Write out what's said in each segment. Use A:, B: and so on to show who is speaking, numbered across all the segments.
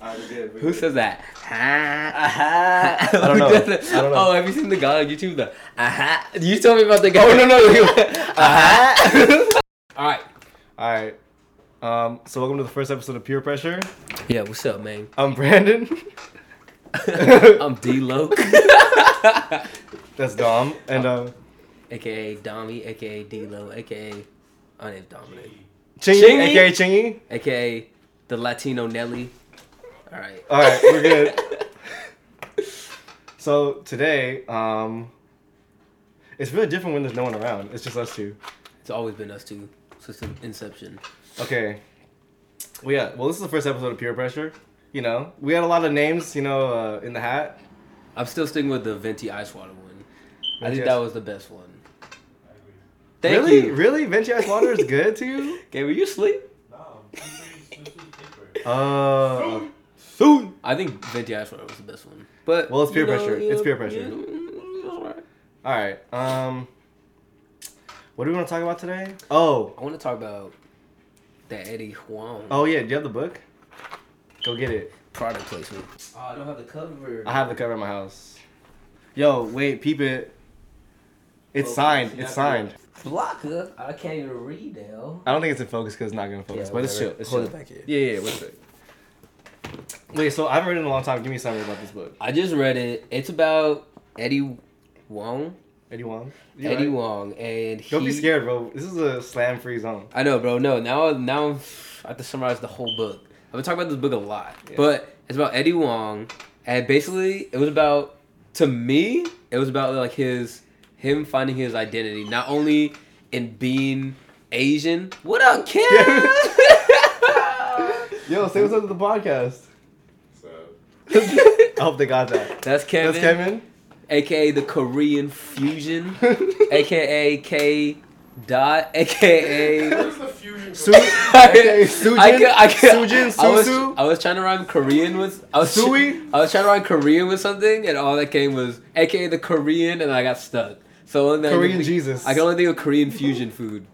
A: Alright, we're good. we're
B: Who
A: good.
B: says that? I
C: don't know. Uh-huh. I don't know.
B: Oh, have you seen the guy on YouTube? The aha. You told me about the guy.
C: Oh, no, Uh-huh. no, you-
B: aha. All right.
C: All right. Um, so welcome to the first episode of Pure Pressure.
B: Yeah. What's up, man?
C: I'm Brandon.
B: I'm D Lo,
C: That's Dom. And um,
B: aka Dommy, aka D Lo, aka my name's Dominic,
C: Chingy,
B: Chingy?
C: aka Chingy.
B: aka the Latino Nelly. All right.
C: All right, we're good. so today, um, it's really different when there's no one around. It's just us two.
B: It's always been us two since the inception.
C: Okay. Well, yeah. Well, this is the first episode of Pure Pressure. You know, we had a lot of names. You know, uh, in the hat.
B: I'm still sticking with the venti ice water one. I
C: Venti
B: think
C: ice-
B: that was the best one. Thank
C: really,
B: you.
C: really, Vinci Ice Water is good to you.
B: Okay, were you asleep?
A: No, this is- this is paper.
C: Uh, soon.
B: I think venti ice water was the best one. But
C: Well, it's peer
B: you know,
C: pressure.
B: you
C: It's
B: know,
C: peer pressure.
B: you know, it's alright.
C: All right. Um, what do we want to talk about today? Oh,
B: I want to talk about that Eddie Huang
C: oh yeah. Do you have the book? Go get it.
B: product placement. Oh, I don't have the cover.
C: I have the cover in my house. Yo, wait, peep it. It's
B: Focus.
C: signed.
B: You
C: It's
B: have to-
C: signed.
B: blocker. I can't even read now.
C: I don't think it's in focus because it's not gonna focus, but it's chill. It's chill.
B: back here.
C: Yeah, yeah, yeah. Wait a sec. Wait, so I haven't read it in a long time. Give me something about this book.
B: I just read it. It's about Eddie Wong.
C: Eddie Wong. You
B: Eddie
C: alright?
B: Wong, and he.
C: Don't be scared, bro. This is a slam free zone.
B: I know, bro. No, now now I'm, I have to summarize the whole book. I've been talking about this book a lot,
C: Yeah.
B: but it's about Eddie Wong, and basically it was about to me it was about like his him finding his identity, not only in being Asian. What up, Kim?
C: Yo, say what's up to the podcast.
A: So,
C: I hope they got that.
B: That's Kevin,
C: That's Kevin.
B: aka the Korean fusion, aka K dot, aka.
A: where's the fusion?
C: Su-
A: going?
C: okay, Sujin.
B: I could, I could,
C: Sujin.
B: I was,
C: Susu.
B: I was trying to rhyme Korean with I was,
C: Sui?
B: I was trying to rhyme Korean with something, and all that came was AKA the Korean, and I got stuck. So only thing I
C: Korean
B: could think-
C: Jesus.
B: I can only think of Korean fusion food.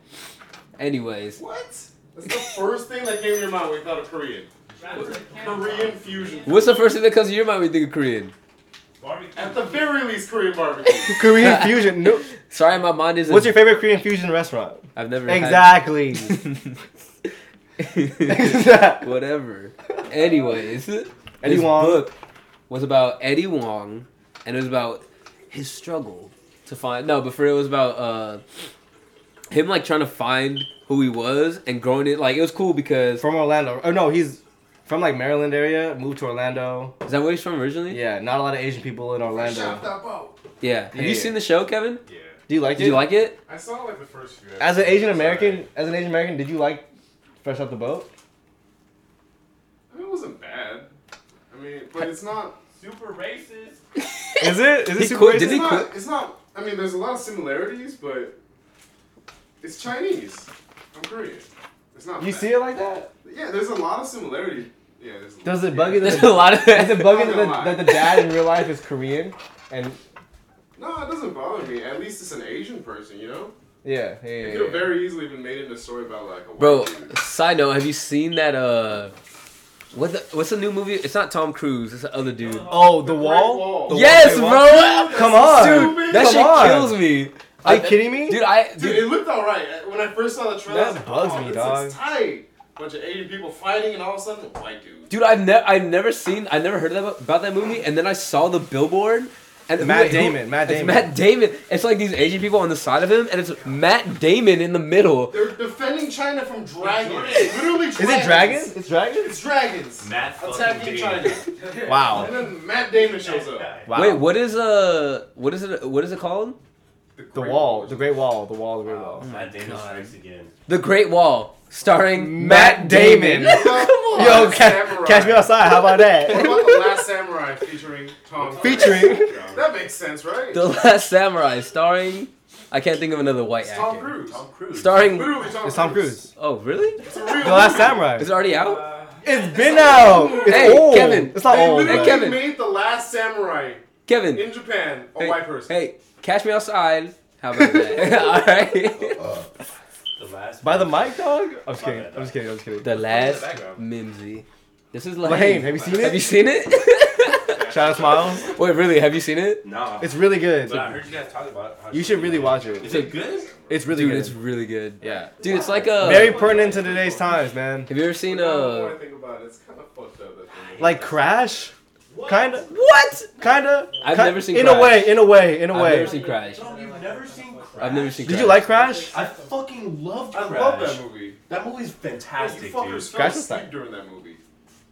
B: Anyways,
A: What? That's the first thing that came to your mind when you thought of Korean. Korean fusion.
B: what's the first thing that comes to your mind when you think of Korean?
A: At the very least, Korean barbecue.
C: Korean fusion. No.
B: Sorry, my mind is.
C: What's your favorite Korean fusion restaurant?
B: I've never
C: Exactly.
B: Had...
C: Exactly.
B: Whatever. Anyways,
C: Eddie
B: this
C: Wong.
B: book was about Eddie Wong, and it was about his struggle to find. No, but for real, it was about uh, him like trying to find who he was and growing it. Like it was cool because
C: from Orlando. Oh no, he's from like Maryland area. Moved to Orlando.
B: is that where he's from originally?
C: Yeah, not a lot of Asian people in
A: Shop
C: Orlando.
A: that boat.
B: Yeah. Have
C: Yeah,
B: you
C: yeah.
B: seen the show, Kevin?
A: Yeah.
C: Do you like
B: Did
C: it?
B: you like it?
A: I saw like the first few.
C: As an
A: episodes.
C: Asian American, as an Asian American, did you like Fresh Off the Boat?
A: I mean, it wasn't bad. I mean, but it's not super racist.
C: Is it? Is
B: He
C: it super
B: quit-
C: racist?
B: did
A: It's
B: he-
A: not. It's not. I mean, there's a lot of similarities, but it's Chinese. I'm Korean. It's not.
C: You
A: bad.
C: see it like that?
A: Yeah, there's a lot of similarities. Yeah. There's a
C: Does
A: lot.
C: it bug you
A: Yeah.
B: There's a lot of
C: Is it bugging
A: I'm
C: that,
A: not
C: that the
A: lying.
C: dad in real life is Korean? And
A: No, it doesn't bother me. At least it's an Asian person, you know.
C: yeah, yeah, yeah,
A: It could have
C: yeah.
A: very easily been made into a story about like a white
B: Bro,
A: dude.
B: side note, have you seen that uh what the, what's the new movie? It's not Tom Cruise, it's the other dude.
C: Oh, the
A: Great
C: wall?
A: Wall.
C: The
B: yes,
C: Wall
B: bro.
C: They Walk? Come on,
B: Dude, that
C: Come
B: shit
C: on.
B: kills me.
C: Are you
B: I-
C: kidding me?
B: Dude, I
A: Dude, it looked all right I- when I first saw the trailer. I was
C: That
A: like,
C: bugs
A: oh,
C: me,
A: this
C: dog.
A: Is tight. Bunch of Asian people fighting, and all of a sudden, a white dude.
B: Dude, I've never, I've never seen, I've never heard about, about that movie, and then I saw the billboard. And
C: Matt
B: wait,
C: Damon, Matt
B: it's
C: Damon.
B: Matt Damon. It's like these Asian people on the side of him, and it's Matt Damon in the middle.
A: They're defending China from dragons. Literally, dragons.
C: Is it dragons? It's dragons.
A: It's dragons.
D: Matt fucking
A: attacking
D: Damon.
A: China. And
C: Wow.
A: then Matt Damon shows up.
C: Wow.
B: Wait, what is uh, what is it? What is it called?
C: The wall, the Great Wall, the wall, the Great Wall.
D: Wow. Matt Damon Oh, strikes again.
B: The Great Wall, starring
C: Matt
B: Matt,
C: Damon.
B: Damon.
A: Come on,
C: Yo, ca-
A: Samurai.
C: catch me outside. How about
A: What
C: that?
A: about the Last Samurai featuring Tom? Cruise?
C: Featuring.
A: That makes sense, right?
B: the Last Samurai, starring. I can't think of another white
A: It's
B: actor.
A: Tom Cruise.
D: Tom Cruise.
B: Starring.
A: Literally Tom
C: It's Tom Cruise.
B: Oh, really?
A: It's a real
C: The Last
A: movie.
C: Samurai.
B: Is it already out?
C: It's been out. It's
B: Hey,
C: old.
B: Kevin.
C: It's not
A: They
C: old.
A: literally
C: but-
B: Kevin.
A: made the Last Samurai
B: Kevin.
A: in Japan a
B: hey,
A: white person.
B: Hey, catch me outside. How about that? All right.
D: The last.
C: By the
D: one.
C: mic, dog. I'm just kidding. I'm just kidding. I'm just kidding.
B: The last
A: background.
B: Mimsy. This is
C: Lahane,
B: Lahane.
C: have you seen
B: Have you
C: it?
B: seen it?
C: Shout out Smiles.
B: Wait, really? Have you seen it?
D: Nah.
C: It's really good.
D: but I heard you guys talk about it. How
C: You should really watch it.
D: Is it good?
C: It's really
B: Dude,
C: good.
B: it's really good.
C: yeah.
B: Dude, it's like a.
C: Very pertinent to today's times, man.
B: have you ever seen uh,
A: When I
B: a?
A: think about it, it's kind of fucked up. That they made
C: Like
A: that.
C: Crash, kind of,
B: What?
C: kind of.
B: I've never seen
C: In a
B: Crash.
C: way, in a way, in a
B: I've
C: way.
B: never seen Crash.
D: No, you've never seen Crash.
B: I've never seen.
C: Did
B: Crash.
C: you like Crash?
D: I fucking loved
A: I
D: Crash.
A: love that movie.
D: That movie's
A: you
D: fantastic,
A: fuckers
D: dude.
A: fell
C: Crash is tight.
A: asleep during that movie.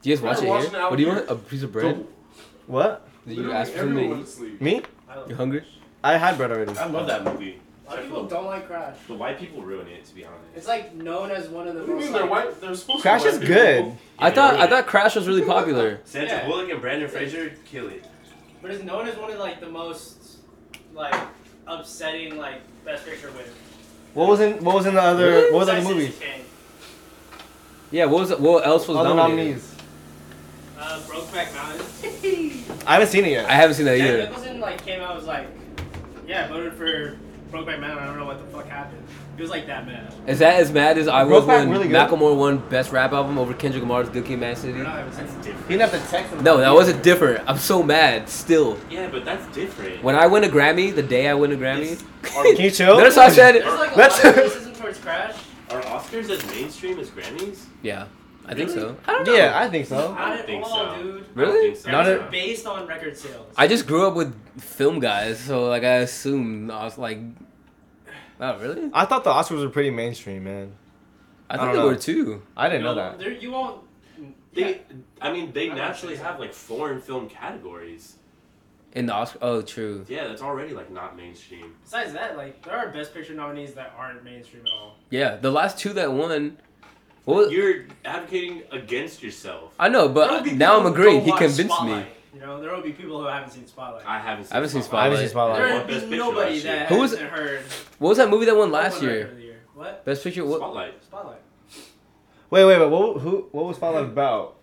B: Do you guys watch
A: I
B: it
A: watched
B: here?
A: it out
B: What do you
A: here.
B: want? A piece of bread?
C: What?
B: Did you
A: Literally
B: ask for
A: everyone
B: something?
A: was asleep.
C: Me?
B: You hungry?
C: I had bread already.
D: I love that movie.
E: A lot of people don't like Crash.
D: The white people ruin it, to be honest.
E: It's like known as one of the
A: What do you
E: most.
A: mean they're
E: like-
A: white? They're supposed
C: Crash
A: to be
C: is
A: white
C: good.
A: people.
B: I
D: Yeah,
B: thought
D: ruin
B: I
D: it.
B: thought Crash was really popular.
D: Sandra
E: Yeah.
D: Bullock and Brandon Fraser kill it.
E: But it's known as one of like the most like upsetting like best picture winners.
C: What was in What was in the other What was in the
E: Besides
C: movie?
E: Citizen Kane,
B: Yeah, what was what else was
C: Other
B: nominated?
C: nominees.
E: Uh, Brokeback Mountain.
C: I haven't seen it yet.
B: I haven't seen that
E: Jack
B: either.
E: Nicholson like came out and was like, yeah, I voted for Brokeback Mountain. I don't know what the fuck happened. He was like that mad.
B: Is that as mad as I was
C: Brokeback
B: when
C: really good?
B: Macklemore won Best Rap Album over Kendrick Lamar's "Good Kid, Mad City"?
E: Or not, I was like,
D: That's different.
C: He didn't have to text him.
B: No, that wasn't different. I'm so mad still.
D: Yeah, but that's different.
B: When I win a Grammy, the day I win a Grammy,
D: It's-
C: Can you chill?
B: notice how I said
E: There's like a
C: That's-
E: lot of criticism towards Crash.
D: Are Oscars as mainstream as Grammys?
B: Yeah, I think
D: Really?
B: so. I don't know.
C: Yeah, I think so.
E: Not at
D: think
E: all,
D: so. I
E: dude.
D: don't
B: Really?
D: think so.
C: Not
E: They're
C: a-
E: based on record sales.
B: I just grew up with film guys, so like I assumed I was like, oh really?
C: I thought the Oscars were pretty mainstream, man.
B: I
C: don't
B: think they
C: know.
B: were too.
C: I didn't know
E: No,
C: that.
E: there- You won't.
D: They,
E: Yeah.
D: I mean, they
E: I don't
D: naturally
E: think so.
D: have like foreign film categories.
B: In the Oscar, oh true.
D: Yeah, that's already like not mainstream.
E: Besides that, like there are best picture nominees that aren't mainstream at all.
B: Yeah, the last two that won. Well,
D: You're advocating against yourself.
B: I know,
E: There will
B: but
E: be
B: now I'm
E: people who
B: agreeing.
E: don't
B: He
E: watch
B: convinced me.
E: Spotlight. You know, there will be people who haven't seen Spotlight.
D: I haven't seen.
B: I haven't seen
C: I
D: Spotlight.
C: haven't seen
E: there
C: Spotlight.
D: What
E: would
D: Best
E: be
D: Picture
E: nobody
D: last year?
E: that
B: Who was-
E: hasn't heard
B: What was that movie that won last
E: Who won Record
B: year?
E: of the year. What?
B: Best picture. What?
D: Spotlight.
E: Spotlight.
C: Wait, wait, wait. What, who, what was Spotlight about?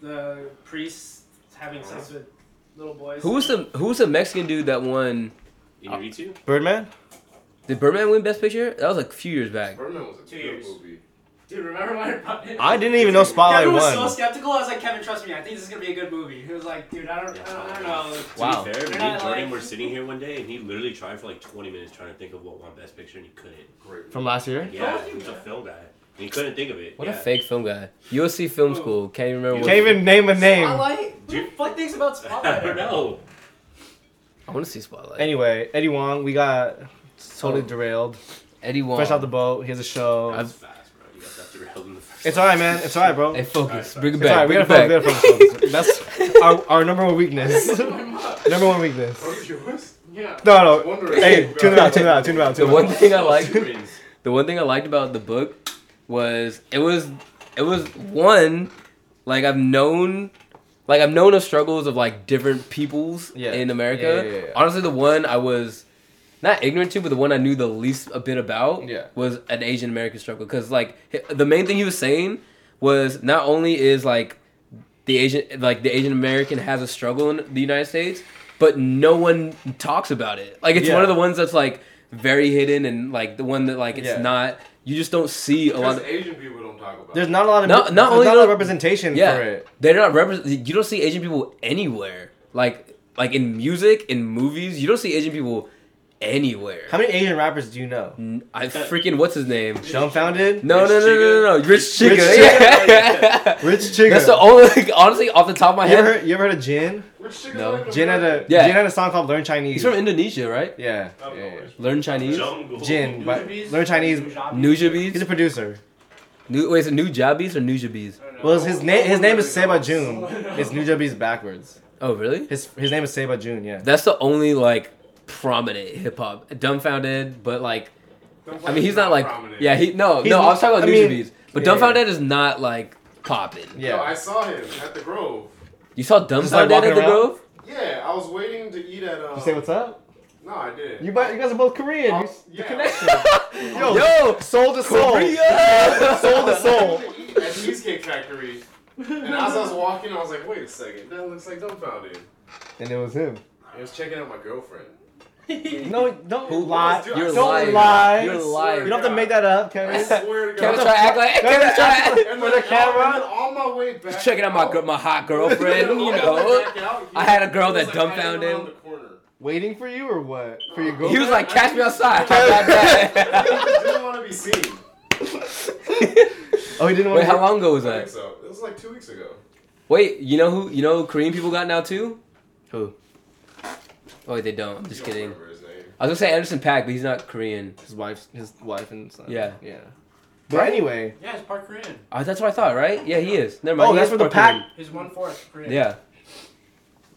E: The priest having sex with little boys.
B: Who was the Who was the Mexican dude that won? Uh,
D: Inuyutu.
C: Birdman?
B: Did Birdman win Best Picture? That was like a few years back.
A: Birdman was a
E: Two
A: good
E: years.
A: movie.
E: Dude, remember when I brought it?
C: I didn't even know Spotlight
E: Kevin was so
C: won.
E: skeptical. I was like, Kevin, trust me. I think this is gonna be a good movie. He was like, dude, I don't, I don't, I don't know.
B: Wow.
D: To be fair, me
E: They're
D: and
E: not,
D: Jordan
E: like-
D: were sitting here one day, and he literally tried for like 20 minutes trying to think of what won Best Picture, and he couldn't.
A: Great.
C: From last year?
D: Yeah,
E: told you
D: he was a
E: that.
D: film guy. And he couldn't think of it.
B: What
D: yeah.
B: a fake film guy. USC Film
E: Who?
B: School. Can't even remember.
D: You
B: What,
C: Can't even name a name.
E: Spotlight. Who the fuck thinks about Spotlight?
D: I don't know.
B: I want to see Spotlight.
C: Anyway, Eddie Wong, we got totally
B: Oh.
C: derailed.
B: Eddie Wong.
C: Fresh out the boat. He has a show.
D: That was fast, bro. You got that derailed in the first.
C: It's alright, man. It's alright, bro.
B: Hey,
C: It's
D: Alright,
B: focus.
D: sorry.
B: Bring it back.
C: alright. We
B: Bring
C: gotta
B: it back.
C: focus. We gotta focus. That's our, our number one weakness. number one weakness.
A: Are you Oh, yours?
E: Yeah.
C: No, no.
A: Wondering.
C: Hey, tune it out, tune it out, tune it out,
B: The
C: tune it
B: one
C: out.
B: thing I
D: Oh,
B: liked.
D: Jordan's.
B: The one thing I liked about the book was it was it was one like I've known like I've known of struggles of like different peoples
C: Yeah.
B: in America.
C: Yeah, yeah, yeah, yeah.
B: Honestly, the one I was not ignorant to, but the one I knew the least a bit about
C: Yeah.
B: was an Asian American struggle because like hi- the main thing he was saying was not only is like the Asian like the Asian American has a struggle in the United States, but no one talks about it. Like it's
C: Yeah.
B: one of the ones that's like very hidden and like the one that like it's
C: Yeah.
B: not you just don't see a lot
A: Because
B: of
A: Asian people don't talk about.
C: There's
A: it.
C: not a lot of
B: Not-
C: there's
B: not only
C: a lot of
B: not-
C: representation
B: yeah
C: for it.
B: they're not represent you don't see asian people anywhere like like in music in movies you don't see asian people anywhere
C: How many Asian rappers do you know?
B: N- i freaking what's his name
C: Dumbfounded?
B: no
D: Rich
B: no, no no no no rich chica,
C: Rich
B: Yeah.
C: Rich Chigga.
B: that's the only like, honestly off the top of my
C: you, ever
B: head
C: heard, you ever heard of Jin?
A: Which chick
B: No.
A: is
C: Jin had a
B: Yeah.
C: Jin had a song called Learn Chinese.
B: he's from indonesia right
C: yeah.
D: Oh,
C: yeah, yeah.
B: learn chinese
D: Jungle.
C: Jin, but
E: Nujabes?
C: Learn Chinese.
E: Nujabes?
C: He's
B: nujabes
C: a producer.
B: new wait is it nujabes or nujabes
E: I don't know.
C: Well, his name his name is Seba
A: Someone
C: June.
A: knows.
C: It's New Jubbies backwards.
B: oh really
C: His his name is Seba June. Yeah.
B: that's the only like prominent hip-hop dumbfounded but like I mean, he's not like
A: prominent.
B: yeah. He no
C: He's
B: no. I was talking about
C: not- I
B: New
C: mean-
B: Beats, but
C: yeah,
B: Dumbfounded is not like popping.
A: No, I
C: Yeah.
A: saw him at the Grove.
B: You saw
C: like,
B: Dumbfounded
C: walking
B: at the
C: around?
B: Grove.
A: Yeah, I was waiting to eat at. Um,
C: You say what's up?
A: No, I did.
C: You bu- you guys are both Korean.
A: Oh,
C: You s-
A: yeah.
C: The connection. Yo,
B: Yo,
C: soul to soul.
B: Korea!
C: soul to soul.
A: to eat at Cheesecake Factory. And as I was walking, I was like, wait a second, that looks like dumbfounded.
C: And it was him.
A: I was checking out my girlfriend.
C: No, don't
B: Who-
C: lie.
A: Dude, I
B: You're
A: swear
C: Don't
B: lying.
C: lie.
B: You're
A: I swear
B: lying.
A: to
C: You don't have to make that up, Kevin.
A: I swear to
B: Kevin's
A: God.
B: trying to act like Kevin's trying to
A: And
C: for
A: then
C: the camera?
A: and then on my way back. oh,
B: Just checking out my gr- my hot girlfriend, you know. I had a girl that dumbfounded him.
A: him.
C: Waiting for you or what? For your
B: He
C: girlfriend?
B: was like, "Catch me outside." How about that?
A: didn't want to be seen.
C: oh, he didn't want
B: Wait,
C: to.
B: how long ago was
A: I think
B: that?
A: so. It was like two weeks ago.
B: Wait, you know who? You know who Korean people got now too?
C: Who?
B: Oh, wait, they don't. I'm just
A: I don't
B: kidding.
A: remember his name.
B: I was gonna say Anderson Pack, but he's not Korean.
C: His wife's his wife and son.
B: Yeah.
C: Yeah. But anyway,
E: Yeah, it's part Korean.
B: Oh, that's what I thought, right? Yeah, he is. Never mind.
C: oh,
B: he
C: that's
B: is
C: for the
B: part Korean.
C: pack.
E: He's one fourth Korean.
B: Yeah,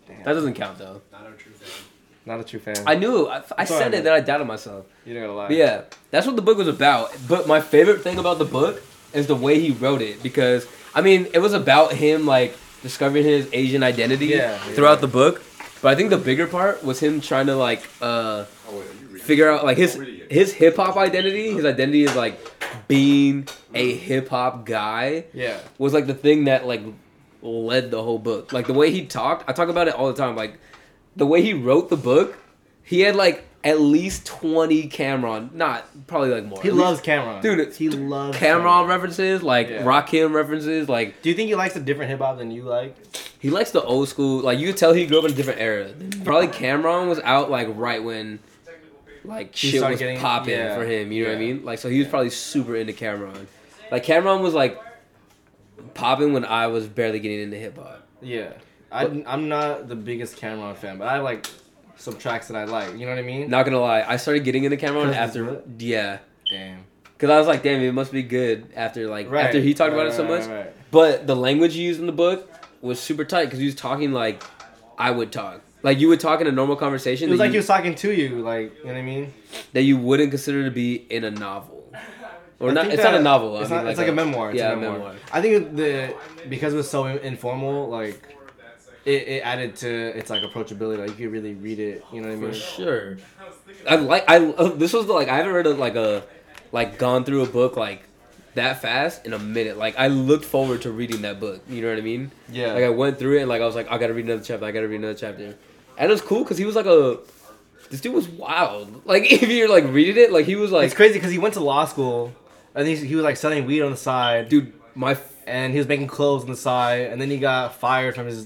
C: Damn.
B: that doesn't count though.
E: Not a true fan.
C: Not a true fan.
B: I knew. I, I
C: It's all
B: said
C: right,
B: it, then I doubted myself.
C: you don't gotta lie.
B: But yeah, that's what the book was about. But my favorite thing about the book is the way he wrote it because I mean, it was about him like discovering his Asian identity
C: Yeah,
B: throughout
C: yeah.
B: the book. But I think the bigger part was him trying to like uh
A: Oh, wait, you read
B: figure
A: it.
B: out like his
A: Don't read it yet.
B: his hip hop identity. His identity is like being a hip hop guy
C: Yeah.
B: was like the thing that like led the whole book. Like the way he talked, I talk about it all the time. Like the way he wrote the book, he had like at least twenty Cameron, not probably like more.
C: He
B: At least-
C: loves Cameron.
B: dude. it's-
C: he loves
B: Cameron references, like
C: Yeah.
B: Rakim references, like
C: Do you think he likes a different hip hop than you like?
B: he likes the old school. Like you could tell he grew up in a different era. Probably Cameron was out like right when. Like
C: He
B: shit
C: started
B: was
C: getting-
B: popping
C: yeah.
B: for him, you know what I
C: Yeah.
B: mean? Like so he was probably super into Cameron. Like Cameron was like popping when I was barely getting into hip hop.
C: Yeah. I, I'm not the biggest Cameron fan, but I have, like some tracks that I like. You know what I mean?
B: Not gonna lie, I started getting into Cameron
C: 'Cause it's
B: after
C: good?
B: yeah,
C: Damn.
B: because I was like, damn, it must be good after like
C: Right.
B: after he talked
C: Right,
B: about it so
C: right,
B: much.
C: right, right.
B: But the language he used in the book was super tight because he was talking like I would talk, like you would talk in a normal conversation
C: It
B: that,
C: was like he
B: you,
C: was talking to you, like you know what I mean?
B: that you wouldn't consider to be in a novel, or
C: I
B: not.
C: think
B: It's
C: that-
B: not a novel. I
C: It's,
B: mean,
C: not, it's like a, memoir. It's
B: yeah,
C: a memoir. I think the because it was so in- informal, like it, it added to its like approachability. Like you could really read it. You know what I
B: for
C: mean?
B: sure. I like I uh, this was the, like I haven't read a, like a like gone through a book like that fast in a minute. Like I looked forward to reading that book. You know what I mean?
C: Yeah.
B: Like I went through it and like I was like I gotta read another chapter. I gotta read another chapter. And it was cool because he was like a this dude was wild. Like if you're like reading it, like he was
C: it's
B: like
C: crazy because he went to law school, and he, he was like selling weed on the side,
B: dude my f-
C: and he was making clothes on the side, and then he got fired from his,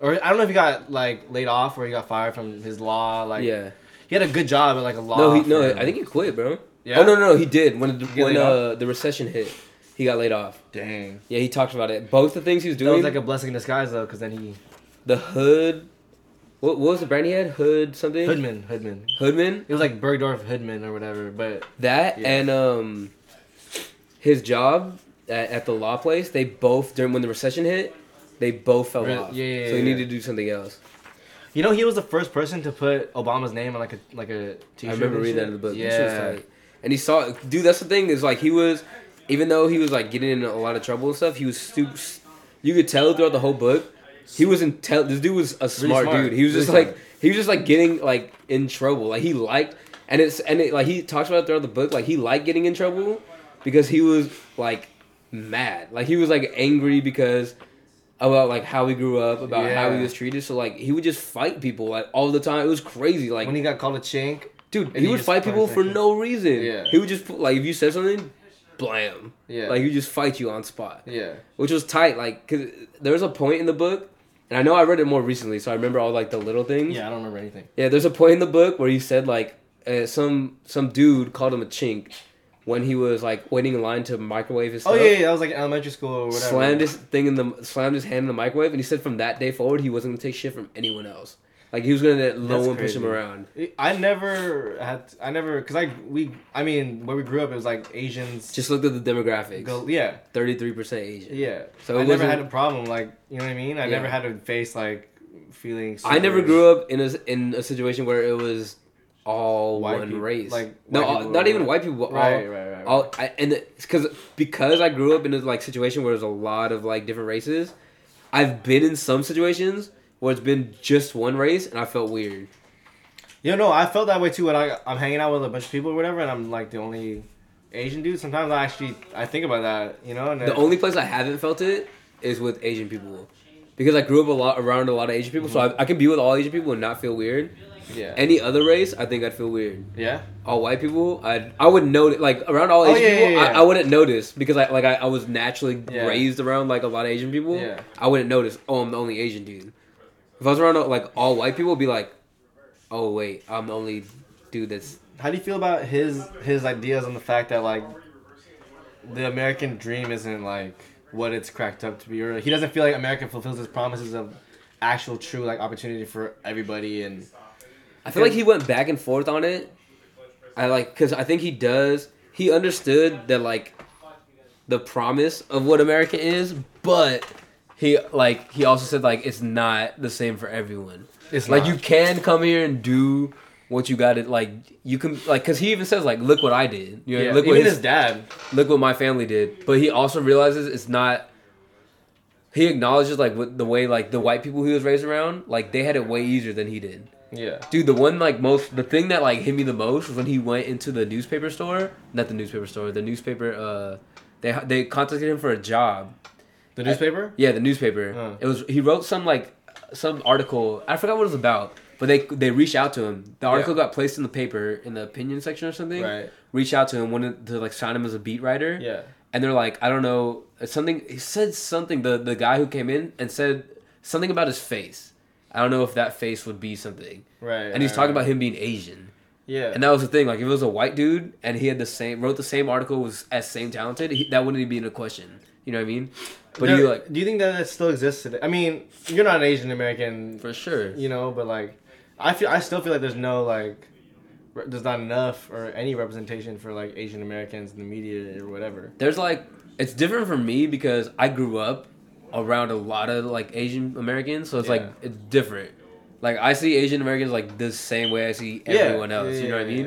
C: or I don't know if he got like laid off or he got fired from his law. Like
B: yeah
C: he had a good job at like a law.
B: no he no
C: firm.
B: I think he quit bro.
C: Yeah?
B: Oh no no no, he did when
C: get
B: when
C: laid
B: uh, the recession hit he got laid off.
C: dang
B: Yeah he talked about it. Both the things he was
C: that
B: doing
C: was like a blessing in disguise though, because then he
B: the hood. What, what was the brand he had? Hood something.
C: Hoodman Hoodman.
B: Hoodman.
C: It was like Bergdorf Hoodman or whatever, but
B: That
C: Yeah.
B: and um, his job at, at the law place. They both during when the recession hit, they both fell
C: Re-
B: off.
C: yeah, yeah,
B: so he
C: yeah.
B: needed to do something else.
C: You know, he was the first person to put Obama's name on like a like a T-shirt.
B: I remember
C: and
B: reading that
C: shit.
B: in the book. That shit was
C: Yeah,
B: tight. And he saw, dude. That's the thing is like he was, even though he was like getting in a lot of trouble and stuff, he was stu- s- You could tell throughout the whole book, he was intel. This dude was a smart,
C: smart.
B: dude. He was
C: Really
B: just like
C: smart.
B: he was just like getting like in trouble. Like he liked, and it's and it like he talks about it throughout the book. Like he liked getting in trouble because he was like mad. Like he was like angry because about like how he grew up, about how
C: Yeah.
B: he was treated. So like he would just fight people like all the time. It was crazy. Like
C: when he got called a chink,
B: Dude,
C: And
B: he,
C: he
B: would
C: just
B: fight people
C: punished
B: for
C: that kid.
B: no reason.
C: Yeah.
B: He would just put, like if you said something, blam.
C: Yeah.
B: Like he would just fight you on spot,
C: yeah,
B: which was tight. Like 'cause there was a point in the book, and I know I read it more recently, so I remember all like the little things.
C: yeah, I don't remember anything.
B: Yeah, There's a point in the book where he said like uh, some some dude called him a chink when he was like waiting in line to microwave his
C: Oh
B: stuff.
C: yeah, yeah, that was like elementary school or whatever.
B: Slammed his thing in the slammed his hand in the microwave, and he said from that day forward he wasn't gonna take shit from anyone else. Like he was gonna let no
C: That's
B: one push him
C: crazy.
B: around.
C: I never had. I never because I we. I mean, where we grew up, it was like Asians.
B: Just looked at the demographics.
C: go, yeah,
B: Thirty-three percent Asian.
C: yeah.
B: So
C: So I
B: it
C: never
B: wasn't-
C: had a problem. Like you know what I mean. I
B: Yeah.
C: never had to face like feeling.
B: I never grew up in a in a situation where it was all
C: White
B: one
C: peop-
B: race.
C: like,
B: no,
C: white
B: all,
C: people
B: not
C: were-
B: even white people. but
C: Right,
B: all,
C: right, right. right.
B: all I, and because because I grew up in a like situation where there's a lot of like different races. I've been in some situations where it's been just one race, and I felt weird.
C: You know, I felt that way too when I I'm hanging out with a bunch of people or whatever, and I'm like the only Asian dude. Sometimes I actually I think about that, you know. And
B: The
C: it-
B: only place I haven't felt it is with Asian people, because I grew up a lot around a lot of Asian people, so I, I can be with all Asian people and not feel weird.
C: Mm-hmm. Yeah.
B: Any other race, I think I'd feel weird.
C: yeah.
B: All white people, I I would notice like around all
C: Oh,
B: Asian
C: yeah,
B: people,
C: yeah, yeah.
B: I, I wouldn't notice because I like I, I was naturally
C: Yeah.
B: raised around like a lot of Asian people.
C: Yeah.
B: I wouldn't notice. Oh, I'm the only Asian dude. If I was around like all white people, I'd be like, oh wait, I'm the only dude that's
C: How do you feel about his his ideas on the fact that like the American dream isn't like what it's cracked up to be, or he doesn't feel like America fulfills its promises of actual true like opportunity for everybody and
B: I feel like he went back and forth on it. I like because I think he does. He understood that like the promise of what America is, but he like he also said like it's not the same for everyone.
C: it's
B: Like you can come here and do what you got to like. You can like because he even says like look what I did. You know,
C: yeah,
B: look
C: even
B: what
C: his,
B: his,
C: dad
B: look what my family did. But he also realizes it's not. He acknowledges like what the way like the white people he was raised around like they had it way easier than he did.
C: yeah
B: Dude, the one like most, the thing that like hit me the most was when he went into the newspaper store, not the newspaper store, the newspaper. Uh, they they contacted him for a job.
C: the newspaper
B: Yeah, the newspaper.
C: Huh.
B: It was he wrote some like some article. I forgot what it was about, but they they reached out to him. The article got placed in the paper in the opinion section or something.
C: right
B: Reached out to him, wanted to like sign him as a beat writer
C: yeah
B: and they're like, I don't know, it's something. He said something. The the guy who came in and said something about his face. I don't know if that face would be something.
C: right
B: And he's talking about him being Asian,
C: yeah
B: and that was the thing. Like, if it was a white dude and he had the same, wrote the same article, was as same talented, he, that wouldn't even be in a question. You know what I mean? But he
C: There-
B: like
C: do you think that that still exists today I mean you're not an Asian American
B: for sure.
C: you know but like i feel i still feel like there's no like re- there's not enough or any representation for like asian americans in the media or whatever
B: There's like it's different for me because I grew up around a lot of like Asian Americans, so it's like
C: Yeah.
B: it's different. Like I see Asian Americans like the same way I see everyone else. you know what I mean?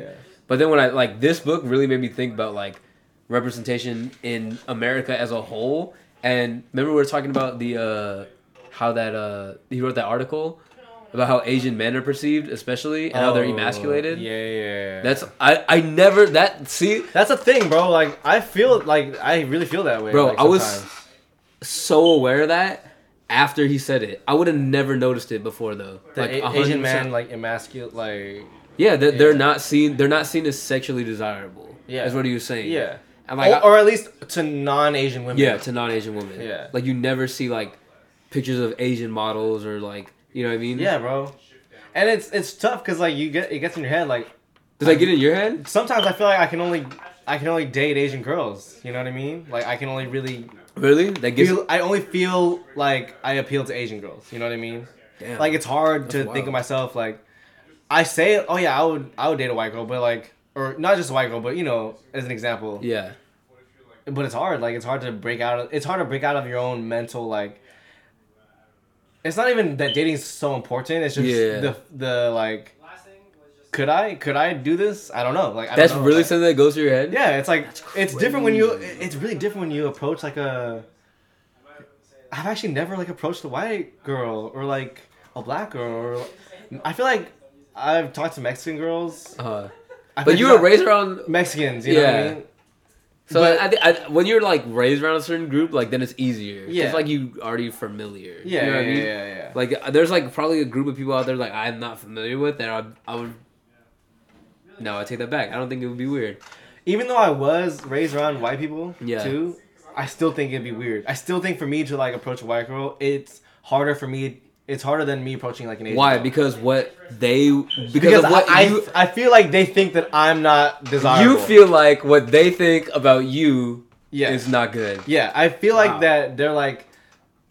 B: But then when I like this book really made me think about like representation in America as a whole. And remember we were talking about the uh how that uh he wrote that article about how Asian men are perceived especially and how they're
C: Oh,
B: emasculated.
C: yeah, yeah yeah.
B: That's I I never that see
C: that's a thing bro like i feel like i really feel that way
B: Bro,
C: like,
B: I was-
C: sometimes.
B: so aware of that after he said it. I would have never noticed it before though.
C: the
B: like
C: A-
B: 100%.
C: asian man like emasculate like
B: yeah, they're, they're
C: yeah.
B: not seen. They're not seen as sexually desirable.
C: Yeah.
B: Yeah, is what he was saying.
C: yeah
B: and like I-
C: or, or at least to non-asian women
B: oh yeah to non-Asian women.
C: Yeah.
B: like you never see like pictures of Asian models or like you know what I mean.
C: yeah bro and it's it's tough because like you get it gets in your head like
B: does that get in your head?
C: sometimes I feel like I can only I can only date Asian girls. You know what I mean? Like I can only really
B: Really, that gets
C: feel, I only feel like I appeal to Asian girls. You know what I mean?
B: damn.
C: Like it's hard
B: That's
C: to
B: wild.
C: think of myself like I say oh yeah I would I would date a white girl but like or not just a white girl but you know as an example
B: yeah,
C: but it's hard like it's hard to break out of it's hard to break out of your own mental like it's not even that dating is so important it's just
B: Yeah.
C: the the like
E: Last thing was just.
C: could I could I do this I don't know like I
B: that's
C: don't know.
B: really
C: Like,
B: something that goes through your head.
C: yeah, it's like it's different when you. It's really different when you approach like a. I've actually never like approached a white girl or like a black girl. Or, I feel like I've talked to Mexican girls.
B: Uh,
C: I feel
B: but you were
C: like
B: raised around,
C: Mexicans, you know what I
B: Yeah.
C: mean?
B: so
C: But-
B: I, thi- I, when you're like raised around a certain group, like then it's easier.
C: Yeah.
B: it's like you already familiar.
C: Yeah,
B: you know
C: yeah,
B: what I mean?
C: yeah, yeah, yeah.
B: Like uh, there's like probably a group of people out there like I'm not familiar with that I, I would. No, I take that back. I don't think it would be weird.
C: Even though I was raised around white people,
B: Yeah.
C: too, I still think it'd be weird. I still think for me to like approach a white girl, it's harder for me. It's harder than me approaching like an Asian.
B: Why?
C: girl.
B: Because what they because,
C: because
B: of what
C: I,
B: you
C: I I feel like they think that I'm not desirable.
B: you feel like what they think about you
C: yeah.
B: is not good.
C: Yeah, I feel like
B: Wow.
C: that they're like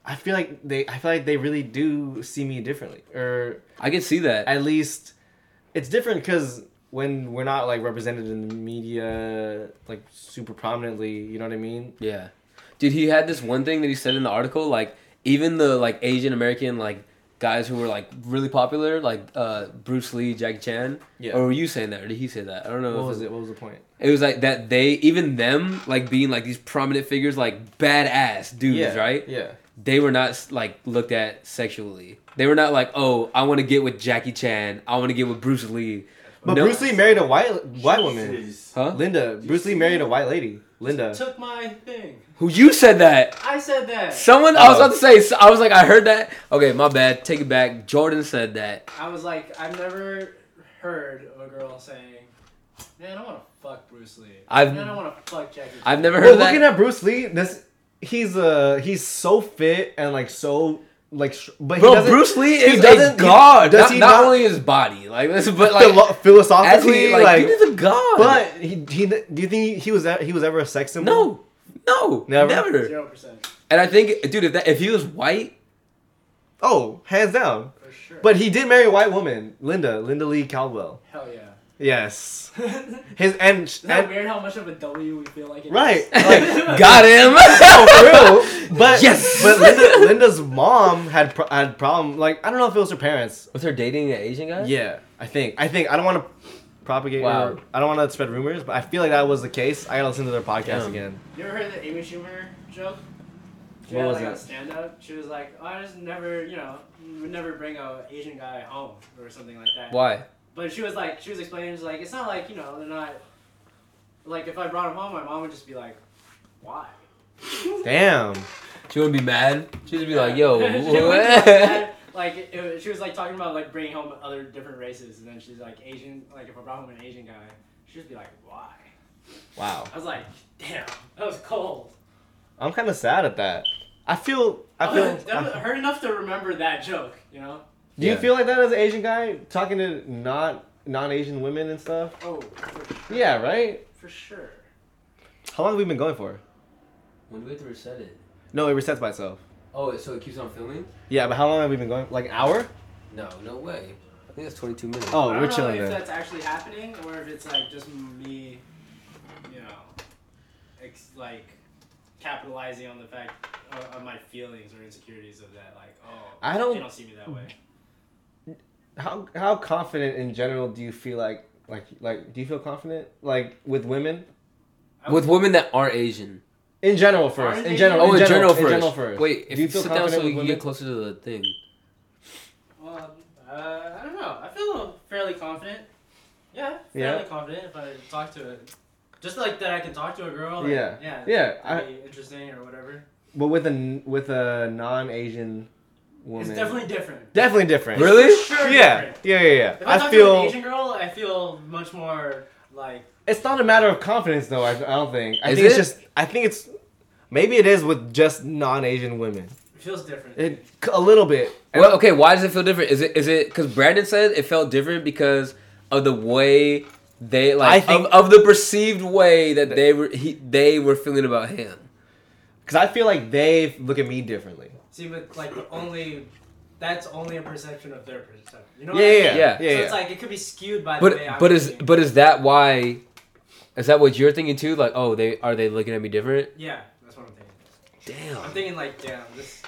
C: I feel like they I feel like they really do see me differently or
B: I can see that.
C: at least it's different cuz when we're not like represented in the media like super prominently, you know what I mean?
B: yeah, dude, he had this one thing that he said in the article. Like even the like Asian American like guys who were like really popular, like uh Bruce Lee, Jackie Chan.
C: Yeah.
B: Or were you saying that, or did he say that? I don't know.
C: What
B: if
C: was
B: it-
C: it? What was the point?
B: It was like that they even them like being like these prominent figures like badass dudes,
C: yeah.
B: right?
C: Yeah.
B: They were not like looked at sexually. They were not like, "Oh, I want to get with Jackie Chan. I want to get with Bruce Lee."
C: But
B: No-
C: Bruce Lee married a white white woman.
D: Jesus.
B: Huh?
C: Linda. Bruce Lee married a white lady. Linda.
E: Took my thing.
B: Who you said that?
E: I said that.
B: Someone I was
C: Oh.
B: about to say so- I was like I heard that. Okay, my bad. Take it back. Jordan said that.
E: I was like, I've never heard of a girl saying, "Man, I want to fuck Bruce Lee."
B: I've-
E: Man, I want to fuck Jackie.
B: I've never
C: But
B: heard that.
C: looking at Bruce Lee, this he's uh he's so fit and like so like sh- but he
B: Bro,
C: doesn't-
B: Bruce Lee
C: he
B: is
C: doesn't-
B: a god.
C: does
B: not,
C: he
B: not
C: not-
B: only his body, like this, but like
C: philo-
B: as
C: philosophically
B: he, like,
C: like,
B: dude is a god.
C: but he, he do you think he was e- he was ever a sex symbol?
B: no, no,
C: Never?
B: never.
E: zero percent
B: And I think, dude, if that if he was white,
C: Oh, hands down.
E: for sure.
C: But he did marry a white woman, Linda, Linda Lee Caldwell.
E: hell yeah.
C: Yes.
E: Isn't
C: His and,
E: that
C: and
E: weird how much of a W we feel like it is?
C: right.
B: got him.
C: no, for real. But
B: Yes.
C: But Linda, Linda's mom had pro- had problem. Like I don't know if it was her parents.
B: was her dating an Asian guy?
C: Yeah, I think. I think I don't want to propagate.
B: Wow.
C: Or, I don't want to spread rumors, but I feel like that was the case. I gotta listen to their podcast
B: Damn.
C: again.
E: You ever heard the Amy Schumer joke? She
C: What
E: had,
C: was
E: like,
C: that?
E: A stand up. She was like, oh, "I just never, you know, would never bring a Asian guy home or something like that."
B: Why?
E: But she was like, she was explaining, she's like, it's not like you know, they're not. Like if I brought him home, my mom would just be like, "Why?"
C: Damn.
B: She wouldn't be mad. She'd be like,
E: She
B: "Yo,
E: wouldn't be like,
B: what?
E: that. like it, was- she was like talking about like bringing home other different races, and then she's like Asian. Like if I brought home an Asian guy, she'd be like, "Why?"
B: wow."
E: I was like, "Damn, that was cold."
C: I'm kind of sad at that. I feel. I feel.
E: that was, hurt enough to remember that joke, you know?
C: do you
B: Yeah.
C: feel like that as an Asian guy talking to not non-Asian women and stuff?
E: Oh, for,
C: Yeah. Right.
E: for sure.
C: How long have we been going for?
B: When do we have to reset it?
C: No, it resets by itself.
B: Oh, so it keeps on filming?
C: Yeah, but how long have we been going? Like an hour?
B: No, no way. I think that's 22 minutes.
C: Oh,
E: I don't
C: we're
E: know
C: chilling
E: if
C: then.
E: that's actually happening or if it's like just me, you know, ex- like capitalizing on the fact uh, of, of my feelings or insecurities of that. Like, oh,
C: I don't-
E: they don't see me that way.
C: How how confident in general do you feel like like like do you feel confident like with women
E: I
B: With
E: would-
B: women that are Asian.
C: in general first
E: Aren't
C: in
E: they-
C: general
B: Oh, in, general,
C: in
B: first.
C: general first
B: Wait,
C: do
B: if you,
C: you feel
B: sit down
C: confident
B: so
C: with
B: we can
C: women?
B: get closer to the thing.
E: Well, uh, I don't know. I feel fairly confident. Yeah,
C: Yeah.
E: fairly confident if I talk to it. Just like that, I can talk to a girl. Like,
C: Yeah.
E: yeah,
C: Yeah,
E: that'd be interesting or whatever.
C: but with a n- with a non Asian woman
E: It's definitely different.
C: definitely different
B: Really?
E: It's for sure
C: yeah
E: different.
C: yeah yeah yeah
E: If I,
C: I,
E: talk to an
C: feel
E: Asian girl, I feel much more like
C: it's not a matter of confidence though I, I don't think I
B: Is
C: think it's
B: it?
C: just I think it's maybe it is with just non Asian women
E: it feels different.
C: it a little bit
B: Well, okay, why does it feel different? Is it is it because Brandon said it felt different because of the way they like
C: I think-
B: of, of the perceived way that they were he, they were feeling about him.
C: because I feel like they look at me differently
E: See, but like the only that's only a perception of their perception. You know?
C: yeah
E: what I mean?
C: yeah yeah,
B: Yeah.
E: so
C: yeah,
E: it's like it could be skewed by the
B: But
E: way. I'm
B: but is
E: thinking.
B: but is that why? Is that what you're thinking too? Like, oh, they are they looking at me different?
E: yeah, that's what I'm thinking. I'm
B: Damn.
E: thinking like damn, this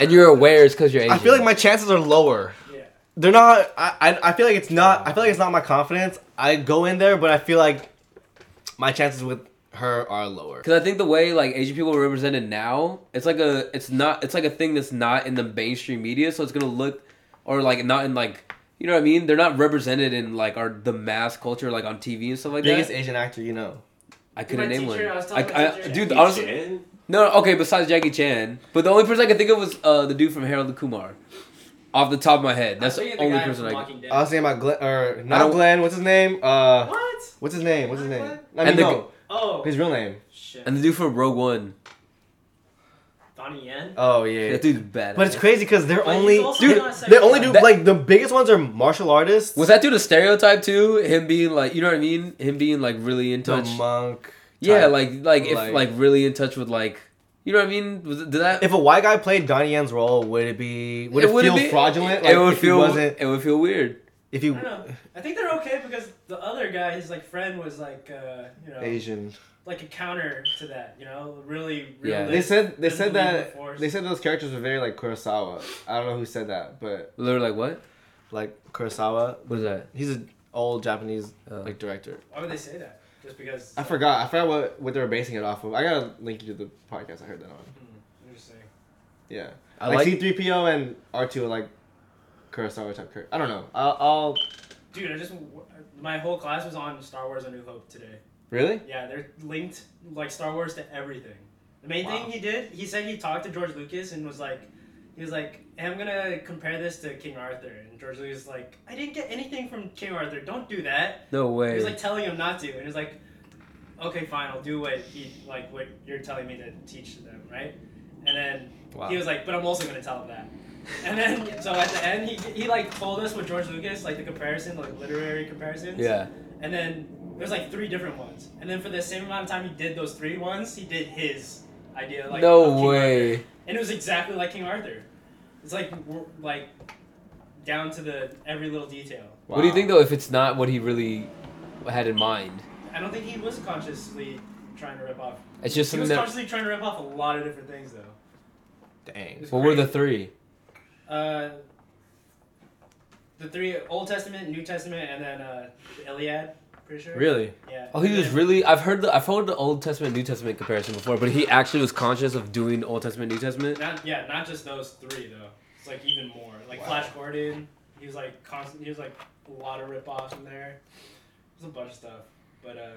B: And you're aware it's because you're Asian.
C: I feel like my chances are lower.
E: yeah.
C: They're not. I, I I feel like it's not. I feel like it's not my confidence. I go in there, but I feel like my chances with her are lower.
B: Because I think the way like Asian people are represented now, it's like a, it's not, it's like a thing that's not in the mainstream media, so it's gonna look, or like not in like, you know what I mean? They're not represented in like our the mass culture, like on TV and stuff like
C: Biggest
B: that.
C: Asian actor you know.
B: I couldn't
E: My
B: name
E: teacher, I
B: one.
E: was
B: I,
E: telling my
B: I,
E: teacher.
B: dude,
D: Jackie
B: honestly,
D: Chan?
B: no, no, okay, besides Jackie Chan, but the only person I could think of was uh the dude from Harold and Kumar, off the top of my head. That's
E: I'm
B: the
E: thinking
B: only
E: guy
B: person
E: from
B: I. Could.
E: Walking Dead.
C: I was thinking about Glenn or
B: I
C: not
B: don't-
C: Glenn. What's his name? Uh,
E: what?
C: what's his name? What's his name? I mean,
B: And the
C: no,
E: Oh
C: his real name.
E: shit.
B: And the dude from Rogue One,
E: Donnie Yen.
C: Oh yeah.
B: that dude's bad.
C: But it's crazy because they're
E: But he's
C: only
E: also
C: dude.
E: not a
C: They only do
B: That-
C: like the biggest ones are martial artists.
B: Was that dude a stereotype too? Him being like, you know what I mean? Him being like really in
C: the
B: touch.
C: monk?
B: Yeah,
C: type.
B: like like if
C: Like-
B: like really in touch with like you know what I mean? Was it, did that?
C: if a white guy played Donnie Yen's role, would it be? Would it,
B: wouldn't
C: feel
B: be-
C: fraudulent?
B: it
C: Like,
B: would
C: if he
B: feel.
C: wasn't.
B: It would feel weird.
C: If he
E: I don't know. I think they're okay because the other guy, his like friend, was like uh, you know
C: Asian.
E: like a counter to that. You know, really.
B: Yeah.
E: realistic,
C: They said they
E: doesn't
C: said
E: believe in
C: that
E: the force.
C: they said those characters were very like Kurosawa. I don't know who said that, but
B: They were like, what?
C: like Kurosawa,
B: What is that?
C: he's an old Japanese
B: Oh.
C: like director.
E: Why would they say that? Just because.
C: I forgot. I forgot what, what they were basing it off of. I gotta link you to the podcast. I heard that on.
E: Interesting.
C: Yeah,
B: I
C: like
B: like.
C: C three PO and R two are like Kurosawa type character. I don't know. I'll, I'll
E: Dude, I just my whole class was on Star Wars: A New Hope today.
C: really.
E: Yeah, they're linked like Star Wars to everything. The main
C: Wow.
E: thing he did, he said he talked to George Lucas and was like, He was like, hey, I'm gonna compare this to King Arthur, and George Lucas is like, I didn't get anything from King Arthur. Don't do that.
B: No
E: He
B: way.
E: was like telling him not to, and he was like, okay, fine, I'll do what he like what you're telling me to teach them, right? And then
C: Wow.
E: he was like, but I'm also gonna tell him that. And then so at the end, he, he like told us with George Lucas, like the comparison, like literary comparisons.
B: yeah.
E: And then there's like three different ones. And then for the same amount of time he did those three ones, he did his idea. Like of
B: no
E: King Arthur.
B: way.
E: And it was exactly like King Arthur. It's like we're- like down to the every little detail.
B: What do you
C: Wow.
B: think though? If it's not what he really had in mind,
E: I don't think he was consciously trying to rip off.
B: it's just
E: He
B: something
E: was
B: that.
E: consciously trying to rip off a lot of different things though. It
C: Dang.
E: was
B: What were the
E: crazy.
B: three?
E: uh, the three Old Testament, New Testament, and then uh, the Iliad. Pretty sure.
C: Really?
E: Yeah.
B: Oh, he was
E: Yeah.
B: really. I've heard the. I've heard the Old Testament New Testament comparison before, but he actually was conscious of doing Old Testament New Testament.
E: Not yeah, not just those three though. It's like even more. Like Flash Gordon, he was like constant. He was like a lot of ripoffs in there. There's a bunch of stuff, but uh,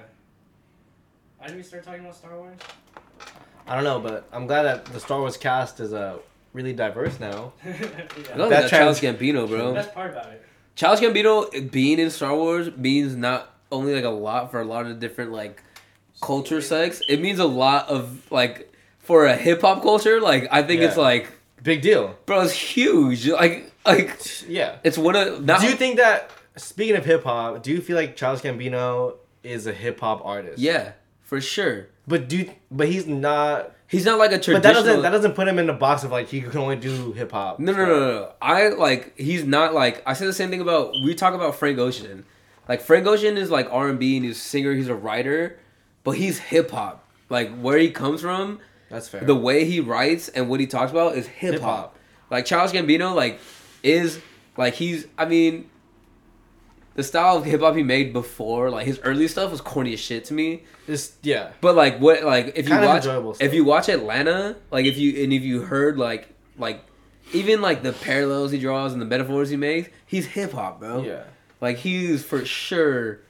E: why did we start talking about Star Wars?
C: I don't know, but I'm glad that the Star Wars cast is uh, really diverse now.
B: I
E: yeah.
B: love that,
C: That
B: Charles
C: trans-
B: Gambino,
E: The
B: bro.
E: best part about it.
B: Charles Gambino being in Star Wars means not only like a lot for a lot of different like culture sex. It means a lot of like for a hip hop culture. Like I think it's
C: Yeah.
B: like
C: Big deal.
B: bro, it's huge. Like like
C: Yeah.
B: it's one of not.
C: Do you think that speaking of hip hop, do you feel like Charles Gambino is a hip hop artist?
B: yeah, for sure.
C: But do but he's not.
B: He's not like a traditional.
C: But that doesn't that doesn't put him in the box of like he can only do hip hop.
B: No, no, no, no, no. I like he's not like I said the same thing about we talk about Frank Ocean. Like Frank Ocean is like R and B and he's a singer, he's a writer, but he's hip hop. Like where he comes from,
C: That's fair.
B: the way he writes and what he talks about is hip hop.
C: Hip-hop.
B: Like Charles Gambino, like is like he's I mean, the style of hip hop he made before, like his early stuff was corny as shit to me.
C: It's, yeah.
B: But like what like if you
C: Kind of
B: watch
C: enjoyable
B: if
C: stuff.
B: you watch Atlanta, like if you and if you heard like like even like the parallels he draws and the metaphors he makes, he's hip hop, bro.
C: Yeah.
B: Like he's for sure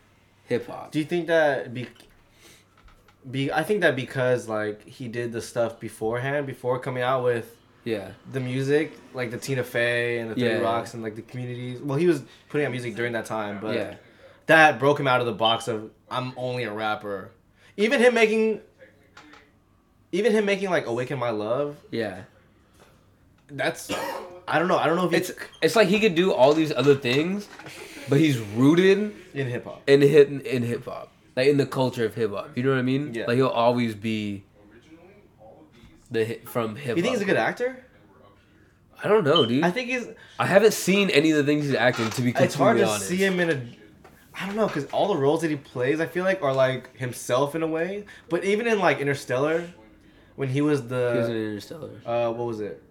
B: hip hop.
C: Do you think that be, be I think that because like he did the stuff beforehand before coming out with
B: Yeah.
C: the music, like the Tina Fey and the Three
B: Yeah.
C: Rocks and like the communities. Well, he was putting out music during that time, but
B: Yeah.
C: that broke him out of the box of I'm only a rapper. Even him making, even him making like "Awaken My Love."
B: Yeah.
C: That's I don't know. I don't know if
B: It's
C: it's
B: it's like he could do all these other things, but he's rooted
C: in hip hop.
B: in hip in hip hop. Like in the culture of hip hop. You know what I mean?
C: Yeah.
B: Like he'll always be
A: Originally, all of these
B: the hip, from hip hop.
C: You think he's a good actor?
A: were up here.
B: I don't know, dude. I,
C: I think he's.
B: haven't seen any of the things he's acting to be completely
C: It's hard to
B: honest.
C: see him in a. I don't know, because all the roles that he plays, I feel like are like himself in a way. But even in like Interstellar, when he was the
B: He was in Interstellar.
C: uh, what was it?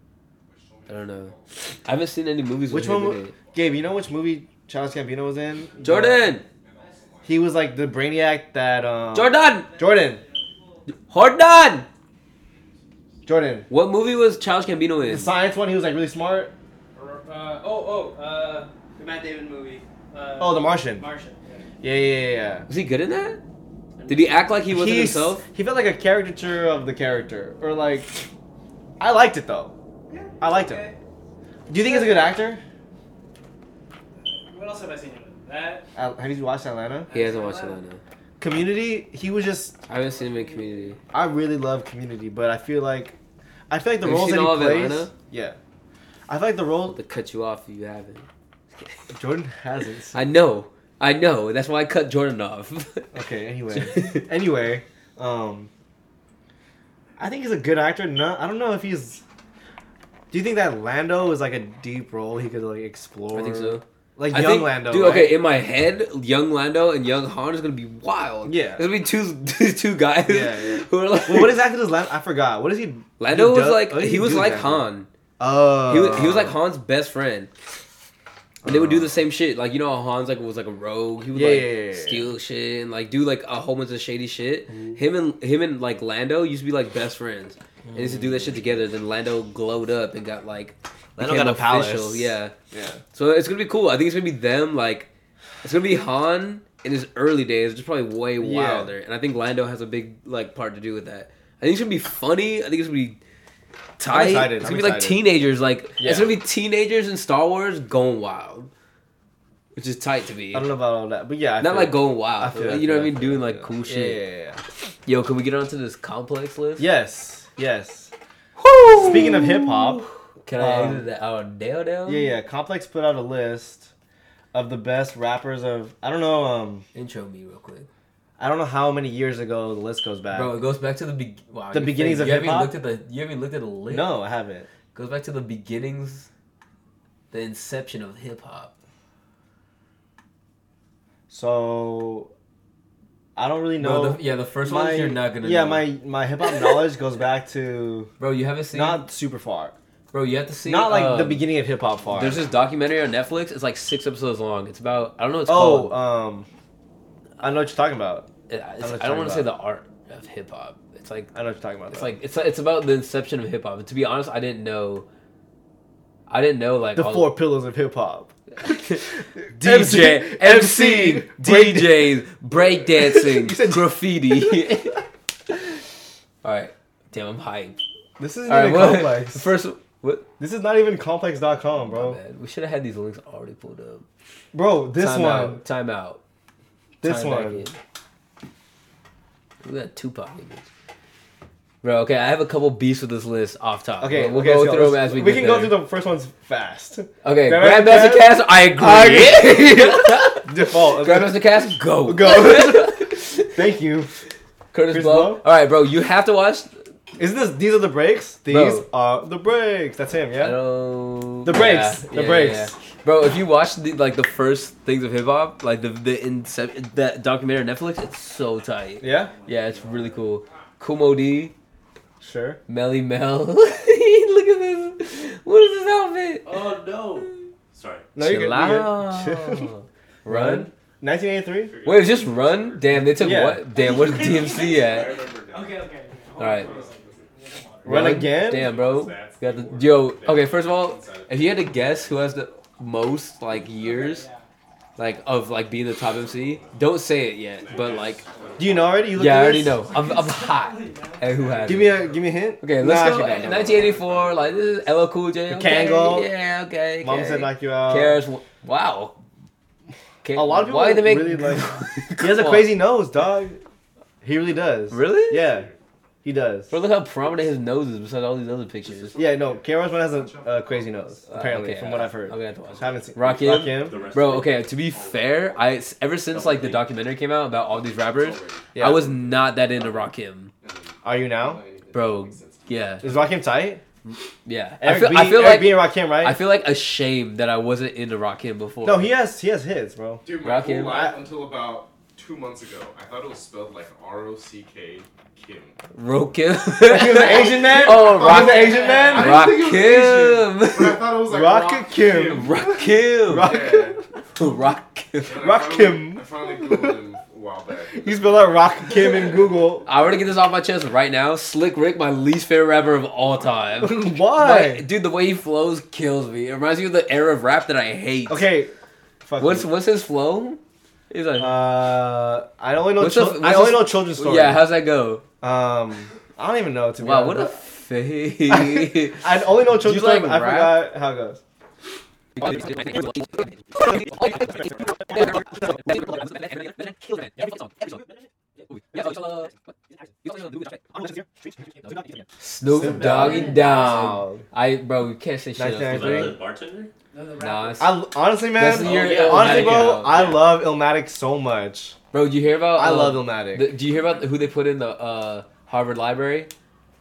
B: I don't know. I haven't seen any movies.
C: Which
B: with him
C: one?
B: in
C: wa- Gabe, you know which movie Charles Gambino was in?
B: it. Jordan,
C: He was like the brainiac that. Um,
B: Jordan,
C: Jordan.
B: Jordan.
C: Jordan.
B: What movie was Charles Gambino
C: The
B: in?
C: science one, he was like really smart.
E: Or, uh, oh oh uh, the Matt Damon movie. Uh,
C: Oh, The Martian.
E: Martian. Yeah.
C: Yeah, yeah, yeah. yeah.
B: Was he good in that? Did he act like he wasn't
C: He's-
B: himself?
C: He felt like a caricature of the character, or like. I liked it though.
E: Yeah,
C: I liked
E: okay.
C: Do you think he's a good actor?
E: What else have I seen him in? That.
C: Al- have you watched Atlanta?
B: He hasn't watched Atlanta.
C: Community. He was just.
B: I haven't seen him in Community.
C: I really love Community, but I feel like. I feel like the
B: Have you
C: roles
B: seen
C: that
B: all
C: he
B: of
C: plays.
B: Atlanta?
C: Yeah. I feel like the role
B: To cut you off if you haven't.
C: Jordan hasn't.
B: I know. I know. That's why I cut Jordan off.
C: Okay. Anyway. anyway. Um. I think he's a good actor. No, I don't know if he's. Do you think that Lando is like a deep role he could like explore?
B: I think so.
C: Like
B: I
C: young
B: think,
C: Lando.
B: Dude,
C: right?
B: okay, in my head, young Lando and young Han is gonna be wild.
C: Yeah.
B: There's gonna be two two guys
C: Yeah, yeah.
B: who are like
C: Well, what exactly does Lando? I forgot. What is he?
B: Lando
C: he
B: was
C: does-
B: like
C: what does
B: he was
C: do
B: like
C: then?
B: Han.
C: Oh.
B: He was, he was like Han's best friend. And they would do the same shit. Like you know how Hans like was like a rogue. He would
C: Yeah,
B: like
C: yeah, yeah, yeah.
B: steal shit and like do like a whole bunch of shady shit.
C: Mm-hmm.
B: Him and him and like Lando used to be like best friends. And they used to do that shit together. Then Lando glowed up and got like
C: Mm. Lando
B: became
C: got a palace.
B: Yeah.
C: Yeah.
B: So it's gonna be cool. I think it's gonna be them like it's gonna be Han in his early days, just probably way
C: Yeah.
B: wilder. And I think Lando has a big like part to do with that. I think it's gonna be funny. I think it's gonna be tight.
C: excited.
B: It's
C: I'm
B: gonna be like
C: excited.
B: teenagers. Like
C: Yeah.
B: it's gonna be teenagers in Star Wars going wild, which is tight to me.
C: I don't know about all that, but yeah, I
B: Not
C: feel-
B: like going
C: I
B: wild,
C: feel
B: but,
C: that,
B: you know
C: feel
B: what I mean?
C: that,
B: Doing
C: feel
B: like
C: that.
B: cool
C: Yeah,
B: shit.
C: yeah, yeah, yeah.
B: Yo, can we get onto this complex list?
C: Yes, yes.
B: Woo!
C: Speaking of hip hop,
B: can I
C: um,
B: exit that? Oh, Dale Dale.
C: yeah, yeah. Complex put out a list of the best rappers of I don't know, um,
B: Intro me real quick,
C: I don't know how many years ago the list goes back.
B: bro. It goes back to the be- wow,
C: Uh, The
B: your
C: beginnings
B: face.
C: of
B: you haven't even
C: hip-hop?
B: looked at the. You haven't even looked at the list.
C: no, I haven't.
B: goes back to the beginnings, the inception of hip hop.
C: So I don't really know.
B: Bro, the, yeah, the first
C: my,
B: ones you're not gonna.
C: yeah,
B: know.
C: my my hip hop knowledge goes back to
B: bro, you haven't seen.
C: not super far,
B: bro, you have to see.
C: not like the
B: um,
C: beginning of hip hop far.
B: There's this documentary on Netflix. It's like six episodes long. It's about I don't know. What it's
C: oh,
B: called.
C: um, I know what you're talking about.
B: It- it's-
C: know what
B: I
C: you're
B: don't want to
C: talking
B: say the art of hip hop. It's like
C: I know what you're talking about.
B: it's
C: though.
B: like it's it's about the inception of hip hop. To be honest, I didn't know. I didn't know like
C: the
B: all-
C: four pillars of hip hop.
B: DJ, MC,
C: break-
B: DJs, breakdancing,
C: You said-
B: graffiti. all right, damn, I'm hyped.
C: This isn't
B: All right,
C: even
B: well,
C: complex.
B: first what?
C: this is not even complex.com,
B: Oh,
C: bro.
B: man, we should have had these links already pulled up.
C: Bro, this
B: time
C: one,
B: out. Time out.
C: this
B: Time back
C: one.
B: in. We got Tupac in this. Bro, okay, I have a couple beefs with this list off top.
C: Okay,
B: we'll, we'll
C: okay,
B: go
C: so
B: through them
C: let's-
B: as we,
C: we
B: get
C: can
B: there.
C: go through the first ones fast.
B: Okay,
C: Grandmaster
B: Grandmaster Cass, I agree.
C: Default.
B: Grandmaster Cass, go.
C: Go. Thank you.
B: Curtis
C: Chris
B: Blow.
C: Blow?
B: All right, bro, you have to watch.
C: Isn't this? These are the breaks. These
B: Bro.
C: are the breaks. That's him.
B: I
C: Yeah.
B: don't.
C: The breaks, the breaks.
B: Bro, if you watch the, like the first things of hip hop, like the the incep- that documentary on Netflix, it's so tight.
C: Yeah.
B: Yeah, it's really cool. Kumo D,
C: Sure.
B: Melly Mel. Look at this. What is this outfit?
D: Oh no. Sorry.
C: No, you're
B: Chill
C: good. You're good.
B: out. Run.
C: 1983.
B: Wait, it was just run? Damn, they took
C: Yeah.
B: what? Damn, where's DMC
D: I
B: at?
D: remember now.
E: Okay, okay.
B: All right.
C: Run again?
B: Damn, bro.
A: That's
B: Got
A: the
B: the,
A: word.
B: yo, okay, first of all,
A: Inside of-
B: if you had to guess who has the most like years like of like being the top MC, don't say it yet, but like
C: Do you know already? You looked
B: yeah, I
C: at
B: already
C: this?
B: know. I'm, I'm hot at who has
C: Give
B: it.
C: me a give me a hint.
B: Okay, let's
C: Nah,
B: go.
C: actually, no, no, no.
B: 1984, like this is LL Cool J. Okay,
C: Kango.
B: Yeah, okay. okay.
C: Mom said knock you out.
B: Karis, wow. Ka-
C: A lot of people
B: why they make,
C: really like- He
B: he
C: has a crazy nose, dog. He really does.
B: Really?
C: Yeah, he does.
B: Bro, look how prominent his nose is besides all these other pictures.
C: Yeah, no, Kairos one has a uh, crazy nose. Apparently,
B: okay, uh,
C: from what I've heard.
B: I'm gonna have to watch it.
C: haven't seen.
B: Rakim?
D: The rest
B: Bro,
D: of it.
B: okay. To be fair, I ever since like the documentary came out about all these rappers,
C: Yeah.
B: I was not that into Rakim.
C: Are you now?
B: Bro, yeah,
C: Is Rakim tight?
B: yeah. I
C: Eric
B: feel,
C: B,
B: I feel
C: Eric
B: like
C: B and Rakim, right?
B: I feel like ashamed that I wasn't into Rakim before.
C: no, he has he has hits, bro.
A: Dude, my
B: Rock
A: whole
B: him.
A: life until about two months ago, I thought it was spelled like R O C K Kim.
B: Rokim.
C: He was an Asian man.
B: Oh,
C: He was an
B: Rock-
C: Asian man.
A: I didn't think it was Asian, but I
B: Rakim.
A: thought it was like
C: Rock
A: Rock
C: Kim.
B: Rakim.
C: Rock-
A: Yeah.
B: Rakim.
A: And I
C: Rock
A: finally-
C: him.
A: I finally googled him a while back.
C: You spelled out Rakim in Google.
B: I want to get this off my chest right now. Slick Rick, my least favorite rapper of all time.
C: Why?
B: Like, dude, the way he flows kills me. It reminds me of the era of rap that I hate.
C: Okay. Fuck
B: What's
C: you.
B: what's his flow? He's like,
C: Uh, I only know.
B: What's the-
C: chil- I
B: what's
C: only
B: the-
C: know children's stories.
B: yeah, how's that go?
C: um, I don't even know. To be
B: Wow, what
C: honest.
B: a fade.
C: I only know
B: Do you
C: children's stories.
B: like
C: but I
B: rap?
C: forgot how it goes.
B: Snoop Doggy Down. I bro, we can't say shit.
C: Nice
B: else
C: thing I
D: Was
B: about
D: that
C: agree.
B: it.
D: the bartender?
B: Nah, it's-
C: I honestly,
B: That's
C: man.
B: the year
D: yeah.
C: honestly,
B: Illmatic
C: bro,
B: came out.
C: I love Illmatic so much.
B: Bro, you hear about?
C: I
B: um,
C: love Illmatic.
B: the- do you hear about who they put in the uh, Harvard Library?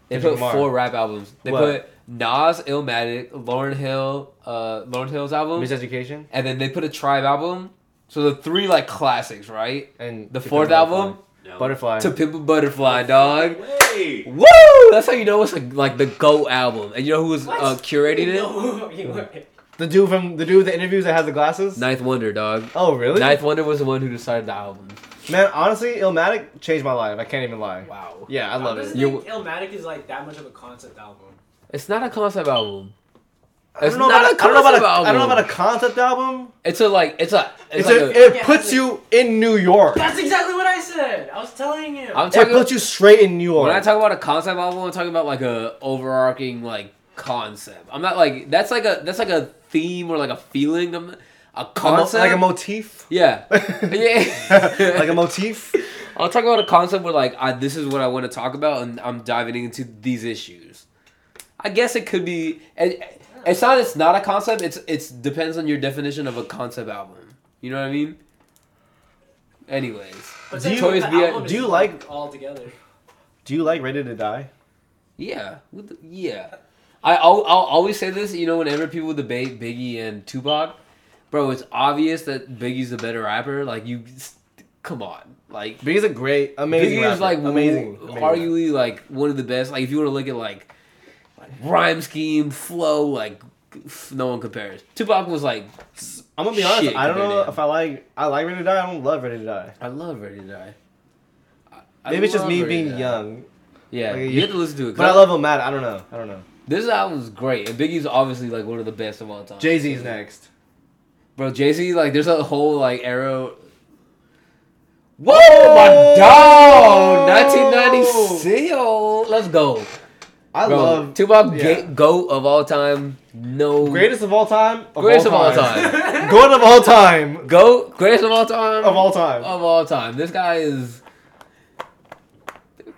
B: They
C: Kendrick
B: put
C: Lamar.
B: four rap albums. They
C: What?
B: put Nas, Illmatic, Lauren Hill, uh, Lauren Hill's album,
C: Miseducation
B: and then they put a Tribe album. So the three like classics, right?
C: and
B: The
C: To
B: fourth
C: Pimp a
B: album,
D: No.
C: Butterfly.
B: To Pimp a Butterfly, dog.
D: Hey.
B: Woo! That's how you know it's like, like the GOAT album. And you know who was
E: What?
B: uh, curating it?
C: the dude from the dude with the interviews that has the glasses.
B: Ninth Wonder, dog.
C: Oh really?
B: Ninth Wonder was the one who decided the album.
C: Man, honestly, Illmatic changed my life. I can't even lie.
B: Wow.
C: Yeah, I love it.
B: You-
E: You Illmatic is like that much of a concept album.
B: It's not a concept album.
C: I
B: It's
C: don't know
B: not
C: about
B: a
C: I don't know about
B: concept
C: a- I don't know
B: album.
C: about a concept album.
B: It's a like it's a
C: It's
B: it's, like a,
C: a, it
E: Yeah,
C: puts
E: it's a-
C: you in New York.
E: That's exactly what I said. I was telling him.
B: I'm
C: It
B: talking.
C: put you straight in New
B: when I
C: Orleans.
B: talk about a concept album, I'm talking about like a overarching like concept. I'm not like that's like a that's like a theme or like a feeling. I'm, not- a
C: A mo-
B: concept.
C: like a motif.
B: yeah. Yeah.
C: like a motif.
B: I'll talk about a concept where like I, this is what I want to talk about, and I'm diving into these issues. I guess it could be. It, it's not. It's not a concept. It's it's depends on your definition of a concept album. You know what I mean? Anyways,
E: But
C: Do
E: that's
C: you-
E: what the
B: Toys Be-
E: album is
C: do you like-
E: all together?
C: Do you like Ready to Die?
B: yeah, what the- yeah. I I'll, I'll always say this. You know, whenever people debate Biggie and Tupac, bro, it's obvious that Biggie's the better rapper. Like you, come on, like
C: Biggie's a great, amazing.
B: Biggie is
C: rapper.
B: like
C: amazing.
B: w-
C: amazing rapper.
B: arguably like one of the best. Like if you want to look at like, like rhyme scheme, flow, like f- no one compares. Tupac was like,
C: I'm gonna be honest.
B: shit
C: I don't know
B: compared to
C: if I like. I like Ready to Die. I don't love Ready to Die.
B: I love Ready to Die. I- I
C: Maybe it's just
B: love
C: me
B: Ready to
C: being
B: Die.
C: young.
B: Yeah,
C: Like,
B: you have to listen to it.
C: But I love him mad. I don't know. I don't know.
B: this album's great, and Biggie's obviously like one of the best of all time.
C: Jay Z's next.
B: bro. Jay Z, like, there's a whole like arrow. Whoa,
C: Oh
B: my dog! 1996. oh, Let's go.
C: I
B: Bro,
C: love
B: Tupac,
C: yeah.
B: ga- goat of all time. No
C: greatest of all time. Of
B: Greatest of all time.
C: Goat of all time.
B: Goat, greatest of all time.
C: Of all time.
B: Of all time. This guy is.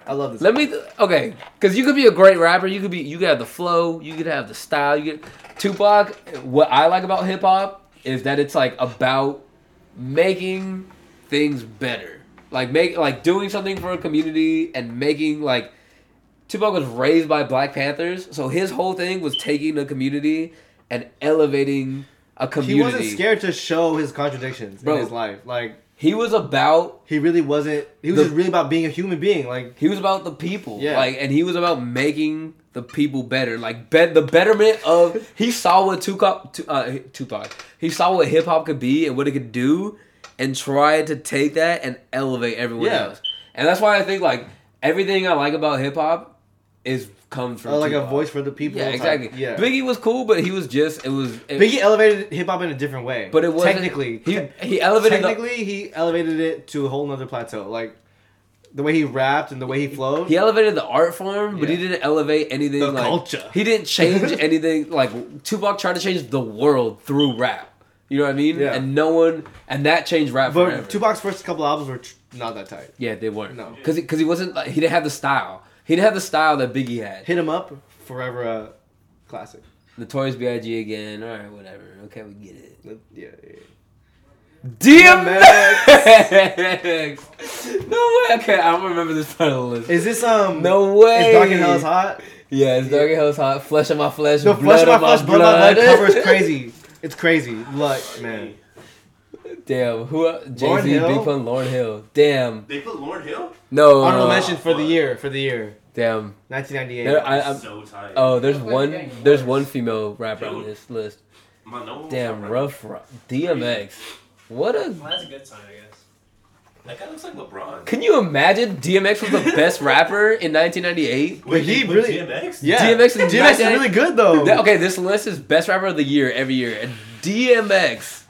C: I love this.
B: Let me. Okay, because you could be a great rapper. You could be. You could have the flow. You could have the style. You could. Tupac. What I like about hip hop is that it's like about making things better. Like make like doing something for a community and making like. Tupac was raised by Black Panthers, so his whole thing was taking the community and elevating a community.
C: He wasn't scared to show his contradictions
B: Bro.
C: in his life. Like
B: He was about
C: he really wasn't. He was
B: The-
C: just really about being a human being. Like
B: He was about the people,
C: Yeah.
B: like, and he was about making the people better, like, bet the betterment of. He saw what Tupac, Tu- uh, Tupac, he saw what hip hop could be and what it could do, and tried to take that and elevate everyone
C: Yeah.
B: else. And that's why I think like everything I like about hip hop is comes from
C: uh, like a
B: Tupac.
C: voice for the people.
B: Yeah,
C: type.
B: exactly.
C: Yeah.
B: Biggie was cool, but he was just it was it,
C: Biggie elevated hip hop in a different way.
B: But it wasn't
C: technically
B: he he elevated the-
C: technically he elevated it to a whole nother plateau. Like the way he rapped and the way he flowed.
B: He elevated the art form, but he
C: Yeah.
B: didn't elevate anything
C: The
B: like
C: culture.
B: He didn't change anything like Tupac tried to change the world through rap. You know what I mean?
C: Yeah.
B: And no one and that changed rap
C: but
B: forever.
C: Tupac's first couple albums were tr- not that tight.
B: yeah, they weren't.
C: No.
B: because because he wasn't like he didn't have the style. He didn't have the style that Biggie had.
C: Hit him up, forever a classic. Uh,
B: Notorious B.I.G. again. All right, whatever. Okay, we get it.
C: Yeah, yeah, yeah.
B: DMX. no way. Okay, I don't remember this part of the list.
C: Is this um?
B: no way.
C: Is Dark and Hell is hot?
B: Yeah, it's dark and hell's hot. Flesh of my flesh.
C: The
B: blood
C: flesh of my flesh, blood of my blood cover is
B: blood.
C: crazy. It's crazy. Look, man.
B: Damn, who? Jay
C: Lauryn
B: Z,
C: Hill?
B: Big Pun, Lauren Hill. Damn,
D: They put Lauren Hill.
B: no.
C: Honorable
B: no.
C: mention for the year. For the year.
B: Damn. Uh, There, uh,
C: 1998.
B: I, I'm,
D: so tight.
B: oh, there's
E: Looks like you're
B: one.
E: getting
B: There's
E: worse.
B: one female rapper on this list.
D: My no one
B: Damn,
D: was
B: rough, rough. DMX. What a.
E: Well, that's a good sign, I guess.
D: That guy looks like LeBron.
B: Can you imagine? DMX was the best rapper in 1998.
C: But
D: they
C: he
D: put
C: really-
D: DMX.
C: Yeah.
B: DMX is
C: DMX is
B: not-
C: really good though.
B: That- okay, this list is best rapper of the year every year, and DMX.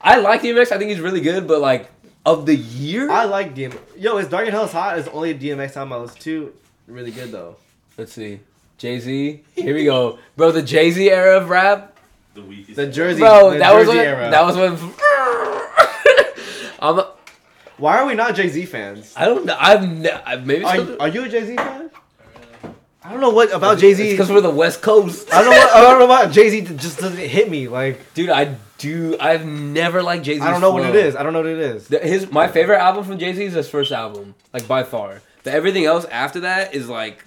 B: I like DMX. I think he's really good, but like of the year,
C: I like DMX. Yo, is Dark and Hell is hot? Is the only DMX album I listen to. Really good though.
B: let's see. Jay Z. Here we go, bro. The Jay Z era of rap.
D: The weakest.
C: The Jersey.
B: Bro,
C: the
B: that was
C: Jersey
B: when,
C: era.
B: that was when. I'm,
C: Why are we not Jay Z fans?
B: I don't know. I've ne- I- maybe it's
C: Are, are you a Jay Z fan? I don't know what about Jay Z.
B: because we're the West Coast.
C: I don't know. What, I don't know about Jay Z. Just doesn't hit me. Like
B: Dude, I do. I've never liked Jay Z.
C: I don't know what it is. I don't know what it is.
B: His my favorite album from Jay Z is his first album, like by far. The everything else after that is like.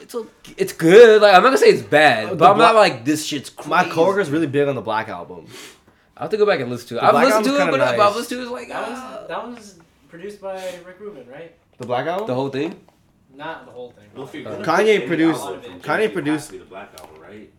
B: It's a, it's good. Like I'm not gonna say it's bad,
C: The
B: but I'm not
C: Black-
B: like this shit's crazy.
C: My coworker's really big on the Black album.
B: I have to go back and listen to it.
C: The
B: I've
C: Black
B: listened to
C: album's
B: it, but
C: kinda
B: I've-
C: nice.
B: I've listened to it like
E: That one's,
B: ah,
E: that one's produced by Rick Rubin, right?
C: The Black album.
B: the whole thing.
E: Not the whole thing.
D: Well, if you're
B: Uh,
D: gonna
C: Kanye
D: pick any
C: produced-
D: album from
C: Kanye
D: Jay-Z, it has
C: produced-
D: to be the Black Album, right?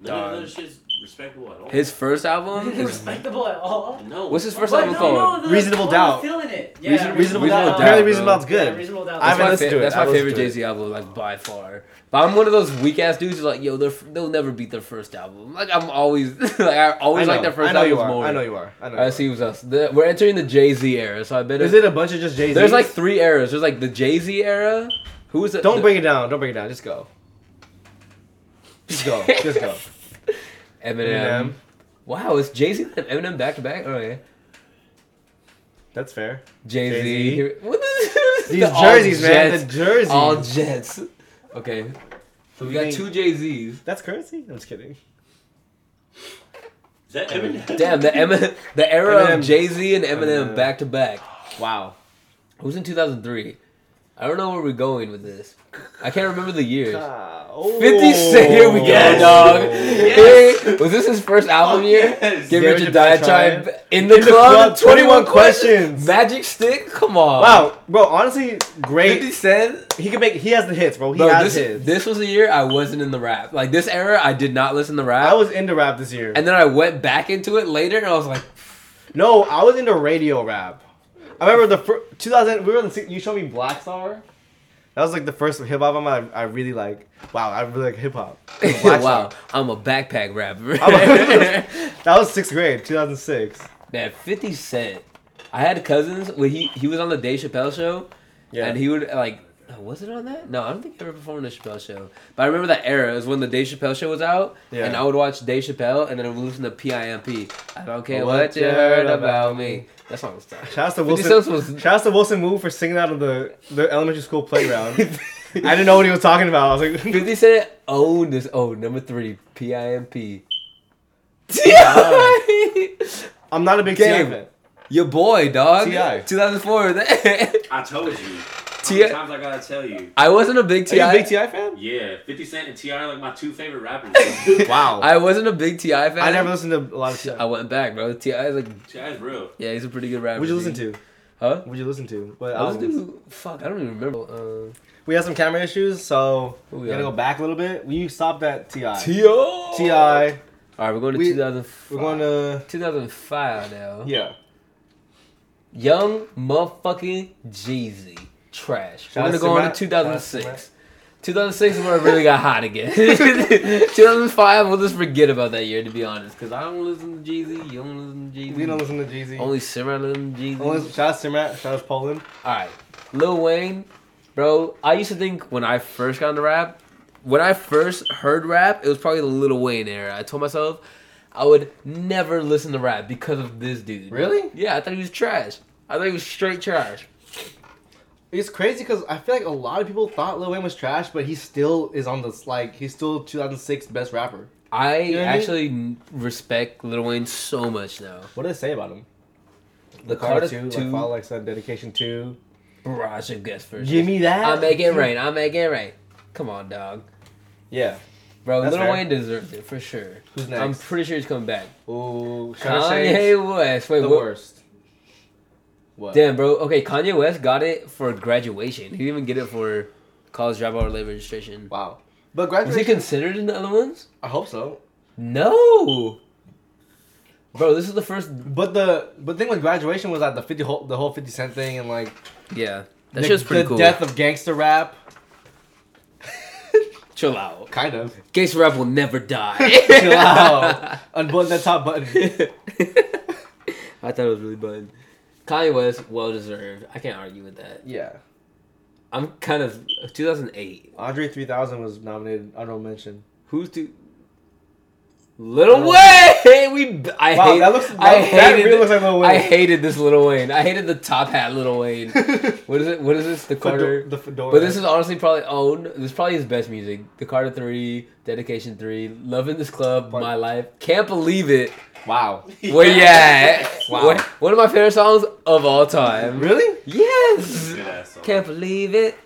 D: None of
B: Dog.
D: that shit's respectable at all.
B: Uh, His first album is
F: respectable at all.
D: no.
B: what's his first
F: But
B: album
F: no,
B: called?
F: no, the-
C: Reasonable
F: I'm
C: Doubt.
F: Feeling it. Yeah,
C: Reason- reasonable,
B: Reasonable
C: doubt.
B: Doubt,
C: Apparently,
B: bro.
C: reasonable doubt's
F: Yeah,
C: good.
F: reasonable doubt.
C: I
B: That's
C: haven't
B: my,
C: listened to
B: fa-
C: it.
B: that's
C: I
B: my
C: listened
B: favorite
C: to it.
B: Jay Z album, like by far. But I'm one of those weak ass dudes who's like, yo, they're, they'll never beat their first album. Like I'm always, like I always like their first
C: I know
B: album
C: you are.
B: more.
C: I know you are. I know. You
B: I see who's us. The- we're entering the Jay Z era, so I
C: Are.
B: better.
C: Is it a bunch of just Jay Z?
B: There's like three eras. There's like the Jay Z era. Who is it?
C: Don't
B: the-
C: break it down. Don't break it down. Just go. Just go. Just go.
B: Eminem.
C: Eminem.
B: Wow, it's Jay Z and Eminem back to back. Oh yeah,
C: That's fair.
B: Jay
C: Jay-Z.
B: Z. What is
C: These
B: The all
C: jerseys, man. The
B: Jets.
C: jerseys.
B: All Jets. Okay, so we got
C: Meaning-
B: two Jay Z's.
C: That's currency. I'm just kidding.
D: Is that Eminem?
B: Damn the Emin- the era
C: Eminem.
B: of Jay Z and Eminem
C: Eminem.
B: back to back.
C: Wow.
B: It was in 2003. I don't know where we're going with this. I can't remember the years. 50 Cent, here we go,
D: Yes.
B: dog.
D: Yes.
B: Hey, was this his first album year?
D: yes.
B: Give
C: Yeah,
B: Rich
C: we
B: a
C: should try
B: Die Tribe.
C: it.
B: In the, club, 21
C: questions.
B: Magic Stick? Come on.
C: Wow, bro. Honestly,
B: 50
C: great.
B: Cent?
C: He can make. He has the hits, bro. He
B: Bro,
C: has
B: this,
C: hits.
B: this was the year I wasn't in the rap. Like, this era, I did not listen to rap.
C: I was into rap this year.
B: and then I went back into it later and I was like,
C: No, I was into radio rap. I remember the first 2000. We were in. the- You showed me Black Star. That was like the first hip hop album I, I really like. Wow, I really like hip hop. Black
B: wow,
C: Star.
B: I'm a backpack rapper.
C: I'm That was sixth grade, 2006.
B: Man, 50 Cent. I had cousins when he, he was on the Dave Chappelle show. And he would like, oh, was it on that? No, I don't think he ever performed on the Chappelle show. But I remember that era is when the Dave Chappelle show was out,
C: Yeah.
B: and I would watch Dave Chappelle, and then I would listen to PIMP. I don't care
C: What
B: what, you heard about me. That song was tough.
C: Shouts to
B: 50
C: Wilson.
B: Cent was-
C: Shouts to Wilson Wu for singing out of the, the elementary school playground. I didn't know what he was talking about. I was like,
B: Fifty Cent owned this. Oh, number three, PIMP. T.I..
C: I'm not a big T.I.
B: Game.
C: fan.
B: Your boy, dog.
C: T.I..
B: 2004.
D: I told you. How
B: T-
D: many times I gotta tell you?
B: I wasn't a big
C: Are you a big
B: Ti.
C: T.I. fan?
D: Yeah, 50 Cent and T.I. are like my two favorite rappers.
C: Wow. I,
B: I wasn't a big Ti fan.
C: never listened to a lot of T.I.
B: I went back, bro. Ti is like,
D: T.I.'s real.
B: yeah, he's a pretty good rapper.
C: What'd you listen
B: dude.
C: to?
B: Huh?
C: What'd you listen to? What
B: I was
C: albums?
B: doing fuck. I don't even remember. Uh,
C: We had some camera issues, so
B: Who we
C: we gotta
B: on?
C: go back a little bit. We stopped at T.I.
B: Ti.
C: Ti. We're
B: All right, we're going to
C: We-
B: 2005.
C: going to
B: 2005 now.
C: yeah.
B: Young motherfucking Jeezy. Trash.
C: Shout out to
B: we're gonna go on
C: Matt.
B: to
C: Shout out to
B: 2006. 2006 is when I really got hot again. 2005, we'll just forget about that year to be honest, because I don't listen to Jeezy. You don't listen to Jeezy.
C: We don't listen to Jay Z.
B: Only Simran listen to Jeezy.
C: Only shout out to Matt. Shout out to Poland.
B: All right, Lil Wayne, bro. I used to think when I first got into rap, when I first heard rap, it was probably the Lil Wayne era. I told myself I would never listen to rap because of this dude.
C: Really?
B: Yeah, I thought he was trash. I thought he was straight trash.
C: It's crazy because I feel like a lot of people thought Lil Wayne was trash, but he still is on this like he's still 2006 best rapper.
B: I
C: know what I mean?
B: actually n respect Lil Wayne so much now.
C: What do they say about him?
B: The Carter
C: Two,
B: Two,
C: like Follow Like Sun, Dedication Two.
B: barrage of guest verses.
C: Give me that.
B: I make it rain. I make it rain. Come on, dog.
C: Yeah.
B: Bro,
C: That's
B: Lil
C: fair.
B: Wayne deserves it for sure.
C: Who's
B: I'm
C: next?
B: pretty sure he's coming back.
C: Ooh, should I say
B: Kanye West. Wait,
C: the
B: what,
C: worst? What?
B: Damn, bro. Okay, Kanye West got it for graduation. He didn't even get it for college dropout or late registration.
C: Wow. But
B: Was he
C: graduation.
B: considered in the other ones?
C: I hope so.
B: No. Bro, this is the first.
C: But the but thing with graduation was that the fifty whole, the whole fifty cent thing and like
B: Yeah, that
C: the,
B: shit's pretty
C: the
B: cool.
C: death of gangster rap.
B: Chill out.
C: Kind of.
B: Gangsta rap will never die.
C: Chill out. Unbutton that top button.
B: I thought it was really bad. Kanye West, well deserved. I can't argue with that.
C: Yeah.
B: I'm kind of 2008.
C: Andre three thousand was nominated honorable mention.
B: Who's to? Little
C: Lil
B: Wayne. We. I
C: Wow,
B: hate.
C: that looks-
B: I
C: that- that
B: hated
C: really
B: it.
C: looks like Lil Wayne.
B: I hated this Little Wayne. I hated the top hat Little Wayne. what is it? What is this? The Carter.
C: Fedo- the fedora.
B: But this is honestly probably own. This is probably his best music. The Carter Three, Dedication Three, Loving This Club,
C: Fuck.
B: My Life. Can't believe it.
C: wow.
B: Well, yeah.
C: Wow.
B: One- One of my favorite songs of all time.
C: Really?
B: Yes.
D: Good ass song.
B: Can't believe it.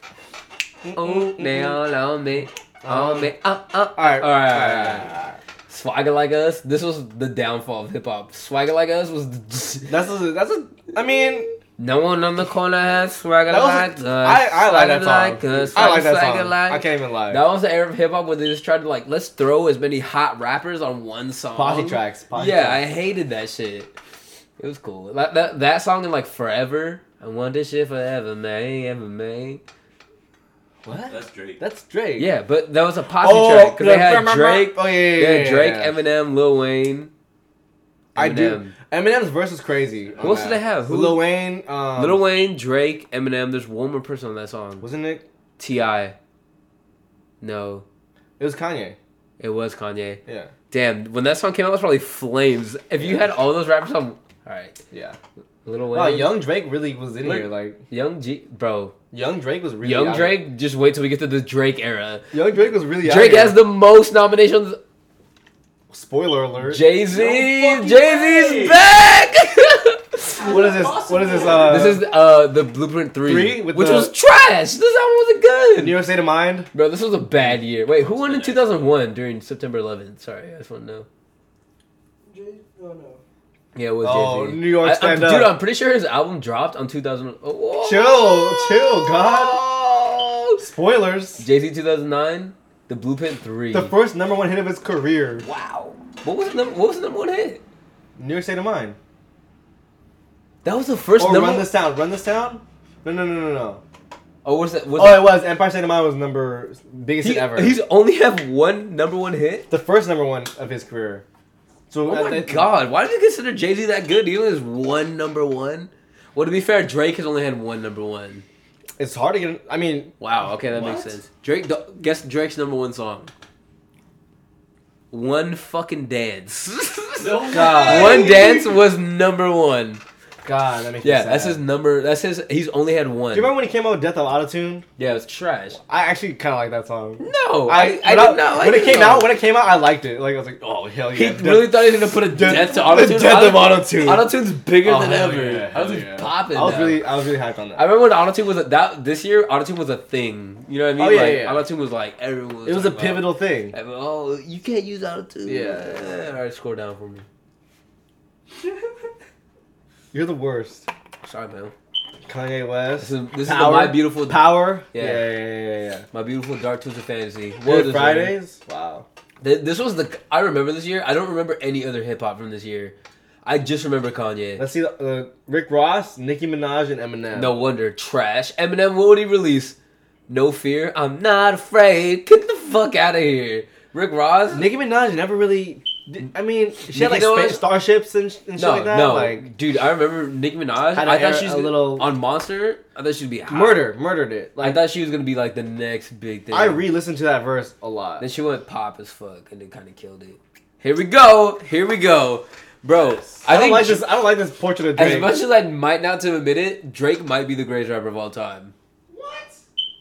C: Mm,
B: Oh, they all on me. On me. Uh, uh.
C: Um, All right. All
B: Alright.
C: right.
B: Swagger Like Us, this was the downfall of hip hop. Swagger Like Us was.
C: That's a, that's a. I mean,
B: No one on the corner has swagger
C: That was a-
B: like us.
C: I, I like that
B: swagger
C: song.
B: us,
C: I like that
B: swagger
C: song.
B: like-
C: I can't even lie.
B: That was the era of hip hop where they just tried to like let's throw as many hot rappers on one song.
C: Posse tracks. Posse
B: yeah, I
C: tracks.
B: hated that shit. It was cool. That that, that song in like forever. I want this shit forever, man, ever, man.
C: What?
D: That's Drake.
C: That's Drake.
B: Yeah, but that was a posse track because they
C: the-
B: had Drake,
C: Oh yeah, yeah, yeah,
B: they had
C: yeah,
B: Drake,
C: yeah.
B: Eminem, Lil Wayne.
C: I do.
B: Eminem.
C: Eminem's verse is crazy.
B: Who else did they have? Who-
C: Lil Wayne. Um,
B: Lil Wayne, Drake, Eminem. There's one more person on that song.
C: Wasn't it?
B: Ti. No,
C: It was Kanye.
B: it was Kanye.
C: Yeah.
B: Damn, when that song came out, it was probably flames. If you had all those rappers on, all right,
C: Yeah.
B: Little Wayne,
C: Wow, Young Drake really was in
B: Look-
C: here. Like
B: Young G, bro,
C: Young Drake was really
B: Young
C: out.
B: Drake. Just wait till we get to the Drake era.
C: Young Drake was really
B: Drake
C: out
B: has the most nominations.
C: spoiler alert.
B: Jay Z,
E: No fucking
B: Jay Z
E: way.
B: is back.
C: what is this? What is this? Uh,
B: this is uh the Blueprint Three,
C: Three with
B: which
C: the-
B: was trash. This album wasn't good.
C: New York State of Mind.
B: Bro, this was a
C: Mm.
B: bad year. Wait, who won in
D: What's the
B: 2001 during September 11th? Sorry, I just want to know.
E: Jay- Oh no.
B: Yeah, it was
C: Oh,
B: Jay Z.
C: New York stand
B: Dude,
C: up.
B: I'm pretty sure his album dropped on 2000. Oh, whoa.
C: Chill, chill, God. Spoilers.
B: Jay Z 2009, The Blueprint 3.
C: The first number one hit of his career.
B: wow. What was the number, what was the number one hit?
C: New York State of Mind.
B: That was the first
C: Or
B: number.
C: Oh, Run This Town. Run This Town. No, no, no, no, no.
B: oh, what's that? What's
C: Oh,
B: that-
C: it was Empire State of Mind was number biggest
B: He,
C: hit ever.
B: He's only have one number one hit.
C: the first number one of his career. So
B: Oh
C: at
B: my
C: the-
B: god! Why do you consider Jay Z that good? He only has one number one. Well, to be fair, Drake has only had one number one.
C: it's hard to get. I mean,
B: Wow. Okay, that makes
D: What?
B: sense. Drake, the, guess Drake's number one song. One fucking dance.
D: No
C: God.
B: one dance was number one.
C: God, that makes me
B: Yeah,
C: sad.
B: that's his number. That's his. He's only had one.
C: Do you remember when he came out with Death of Autotune?
B: Yeah, it's trash.
C: I actually kind of like that song.
B: No, I, I,
C: when
B: did not like
C: when it came
B: though.
C: out. When it came out, I liked it. Like I was like, oh hell yeah!
B: He
C: Death-
B: really thought he was gonna put a
C: Death-
B: death to
C: the
B: autotune.
C: death of
B: Auto-
C: autotune.
B: Autotune's bigger
C: Oh,
B: than
C: hell
B: ever.
C: yeah, hell
B: Autotune's
C: yeah.
B: popping.
C: I was
B: now.
C: really, I was really hyped on
B: I
C: that.
B: remember when autotune was a, that this year. Autotune was a thing. You know what I
C: Oh,
B: mean?
C: yeah,
B: like,
C: yeah.
B: Autotune was like everyone. Was
C: It was a
B: talking about-
C: pivotal thing.
B: I mean, oh, you can't use autotune.
C: Yeah.
B: All right, scroll down for me.
C: You're the worst,
B: Sorry, man.
C: Kanye
B: This
C: West.
B: is this
C: Power.
B: is the my beautiful
C: Power.
B: Yeah.
C: Yeah, yeah, yeah, yeah. yeah.
B: my beautiful dark twisted fantasy. What was
C: Good
B: this one?
C: Fridays. Wow.
B: Th- This was the I remember this year. I don't remember any other hip hop from this year. I just remember Kanye.
C: Let's see. The, uh, Rick Ross, Nicki Minaj, and Eminem.
B: No wonder trash. Eminem, what would he release? No fear. I'm not afraid. Get the fuck out of here. Rick Ross.
C: Nicki Minaj never really. did- I mean, she had like
B: Nicki Minaj?
C: spa- starships and, sh- and shit
B: no,
C: like that.
B: no,
C: Like
B: dude. I remember Nicki Minaj.
C: Had a
B: I thought
C: era-
B: she was
C: a
B: little
C: little-
B: on Monster. I thought she'd be hot.
C: murder, murdered it.
B: I
C: Like
B: thought she was gonna be like the next big thing.
C: I re-listened to that verse a lot.
B: Then she went pop as fuck, and then kind of killed it. Here we go. Here we go, bro. I,
C: I, don't
B: think
C: like this. I don't like this portrait of
B: as
C: Drake.
B: much as I might not to admit it, Drake might be the greatest rapper of all time.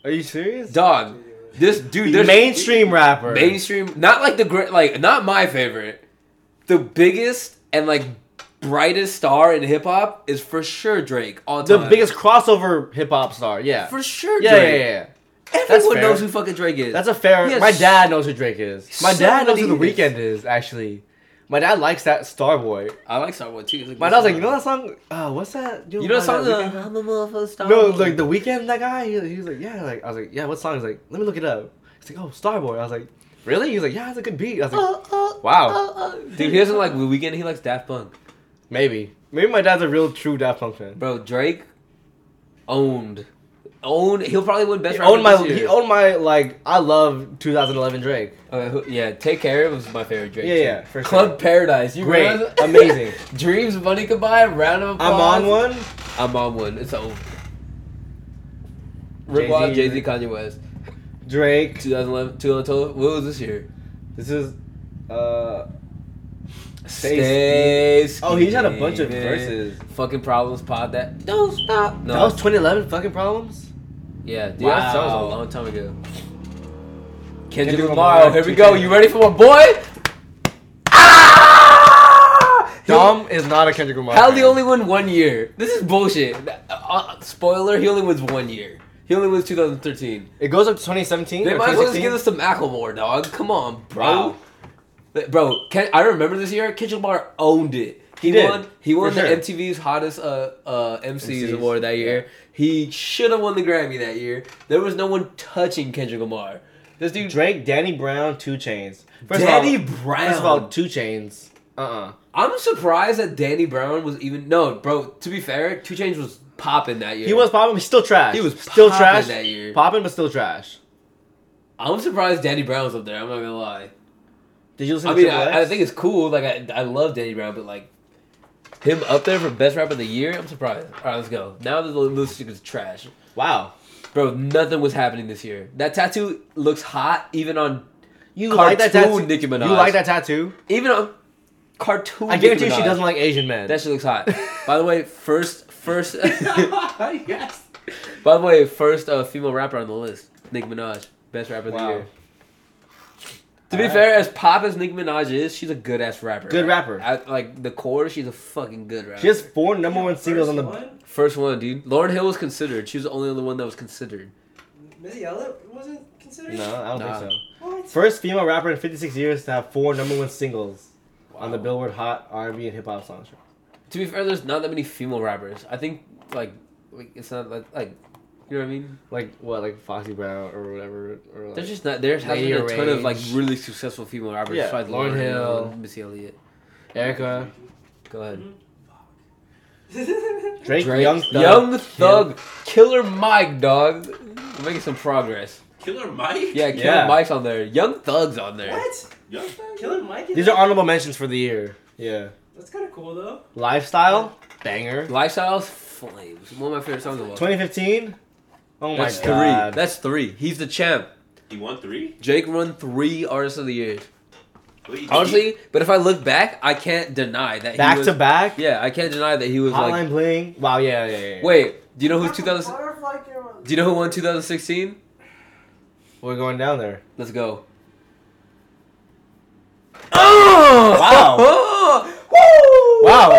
C: Are you serious?
B: Dog, this dude.
C: The
B: There's
C: mainstream rapper.
B: mainstream not like the great like not my favorite the biggest and like brightest star in hip-hop is for sure drake all
C: the
B: time
C: biggest crossover hip hop star. Yeah.
B: for sure
C: yeah, yeah,
B: drake.
C: yeah, yeah. That's
B: everyone
C: fair.
B: knows who fucking drake is
C: That's a fair.
B: He has
C: My dad knows who Drake is. My
B: so
C: dad knows who the
B: many hits.
C: weekend is. Actually, my dad likes that Starboy.
B: i like starboy too It's like
C: My
B: good
C: dad's like,
B: song.
C: you know that song? Uh, what's that?
B: you know that song
C: that
B: the, i'm a motherfucking starboy
C: No, like the weekend that guy. He, he was like, yeah. Like I was like, yeah. What song? He's like, let me look it up. He's like, oh, Starboy. I was like, really? He's like, yeah, it's a good beat. I was like,
B: Oh, oh,
C: Wow.
B: oh, oh. dude he doesn't like the weekend he likes daft punk
C: maybe. Maybe my dad's a real true Daft Punk fan.
B: bro drake owned owned he'll probably win best
C: He
B: rapper
C: owned my.
B: this year.
C: He owned my. Like I love 2011 Drake.
B: Okay, who- yeah, Take Care was my favorite Drake.
C: Yeah,
B: too.
C: yeah, for
B: Club
C: sure.
B: Paradise. You
C: Great.
B: realize-
C: Amazing.
B: Dreams money combined. Round of applause.
C: I'm on one.
B: I'm on one. It's over. Rick Ross, Jay
C: Jay-Z.
B: Z, Kanye West.
C: Drake.
B: 2011, 2012. What was this year?
C: This is. Uh,
B: Stay.
C: oh, he's had a bunch of
B: scheming.
C: verses.
B: Fucking problems. Pod that. Don't stop. No.
C: That was 2011. Fucking problems.
B: yeah, dude,
C: Wow.
B: that was a long time ago. Kendrick,
C: Kendrick
B: Lamar.
C: Lamar,
B: Here we go.
C: 2K.
B: You ready for my boy? Ah!
C: Dom is not a Kendrick Lamar.
B: How
C: fan.
B: the only win one year? This is bullshit. Uh, spoiler: He only wins one year. He only wins 2013.
C: It goes up to 2017.
B: They
C: or
B: might as well just
C: 2016?
B: give us some Macklemore, dog. Come on, bro.
C: Wow.
B: Th- Bro, Ken, I remember this year. Kendrick Lamar owned it. He,
C: did,
B: won. He won
C: for
B: the
C: sure.
B: MTV's hottest uh, uh, MCs,
C: MCs,
B: award that year. He should have won the Grammy that year. There was no one touching Kendrick Lamar. This dude,
C: Drake, Danny Brown, Two Chains.
B: Danny
C: of all,
B: Brown. Uh-uh.
C: First of all, Two Chains. Uh uh
B: I'm surprised that Danny Brown was even no, bro. To be fair, Two Chains was popping that year.
C: He was popping, but still trash.
B: He was
C: still
B: popping
C: trash
B: that year.
C: Popping, but still trash.
B: I'm surprised Danny Brown was up there. I'm not gonna lie.
C: Did you listen
B: I
C: to
B: mean,
C: Triple
B: I, I
C: X?
B: think it's cool. Like I, I love Danny Brown, but like him up there for best rapper of the year, I'm surprised. All right, let's go. Now that the list is trash,
C: wow.
B: bro. Nothing was happening this year. That tattoo looks hot, even on
C: You
B: Cartoon
C: like that tattoo?
B: Nicki Minaj.
C: You like that tattoo?
B: even on cartoon.
C: I guarantee you she
B: Nicki Minaj.
C: doesn't like Asian men.
B: That shit looks hot. By the way, first, first.
E: yes.
B: By the way, first uh, female rapper on the list, Nicki Minaj, best rapper of
C: Wow.
B: the year. To be
C: Alright.
B: fair, as pop as Nicki Minaj is, she's a good ass rapper.
C: Good rapper.
B: I, like the core, she's a fucking good rapper.
C: She has four number one singles on the.
E: One?
B: First one, dude. Lauren Hill was considered. She was the only other one that was considered.
E: Missy Elliott wasn't considered.
C: No, I don't
B: Nah.
C: think so.
E: What?
C: First female rapper in 56 years to have four number one singles on the
B: Wow.
C: Billboard Hot R&B and Hip Hop Songs. chart.
B: To be fair, there's not that many female rappers. I think like, like it's not like like, you know what I mean?
C: Like what, like Foxy Brown or whatever, or like,
B: There's just not there hasn't
C: Lady
B: been a ton of like
C: Range.
B: really successful female rappers
C: Yeah,
B: besides
C: Lauryn
B: Lauren Hill,
C: Hill.
B: Missy Elliott.
C: Erica,
B: Go ahead.
C: Drake,
B: Drake,
C: Young Thug.
B: Young Thug, Killer Mike, dog. We're making some progress.
D: Killer Mike?
B: Yeah, Killer
C: Yeah.
B: Mike's on there. Young Thug's on there.
E: What?
D: Young
E: Killer Mike? Is
C: These are honorable mentions for the year. Yeah.
E: That's kind of cool though.
C: Lifestyle, banger.
B: Lifestyles, flames. One of my favorite songs of all.
C: 2015. Oh my
B: That's three.
C: god.
B: That's three. He's the champ.
D: He won three?
B: Jake won three artists of the year.
D: Wait, he-
B: Honestly, but if I look back, I can't deny that he
C: back
B: was,
C: to back.
B: Yeah, I can't deny that he was
C: Hotline
B: like.
C: Bling. Wow. Yeah. Yeah. yeah, yeah.
B: Wait, do you know who's 2000? Do you know who won 2016?
C: We're going down there.
B: Let's go. Oh! Woo!
C: Wow.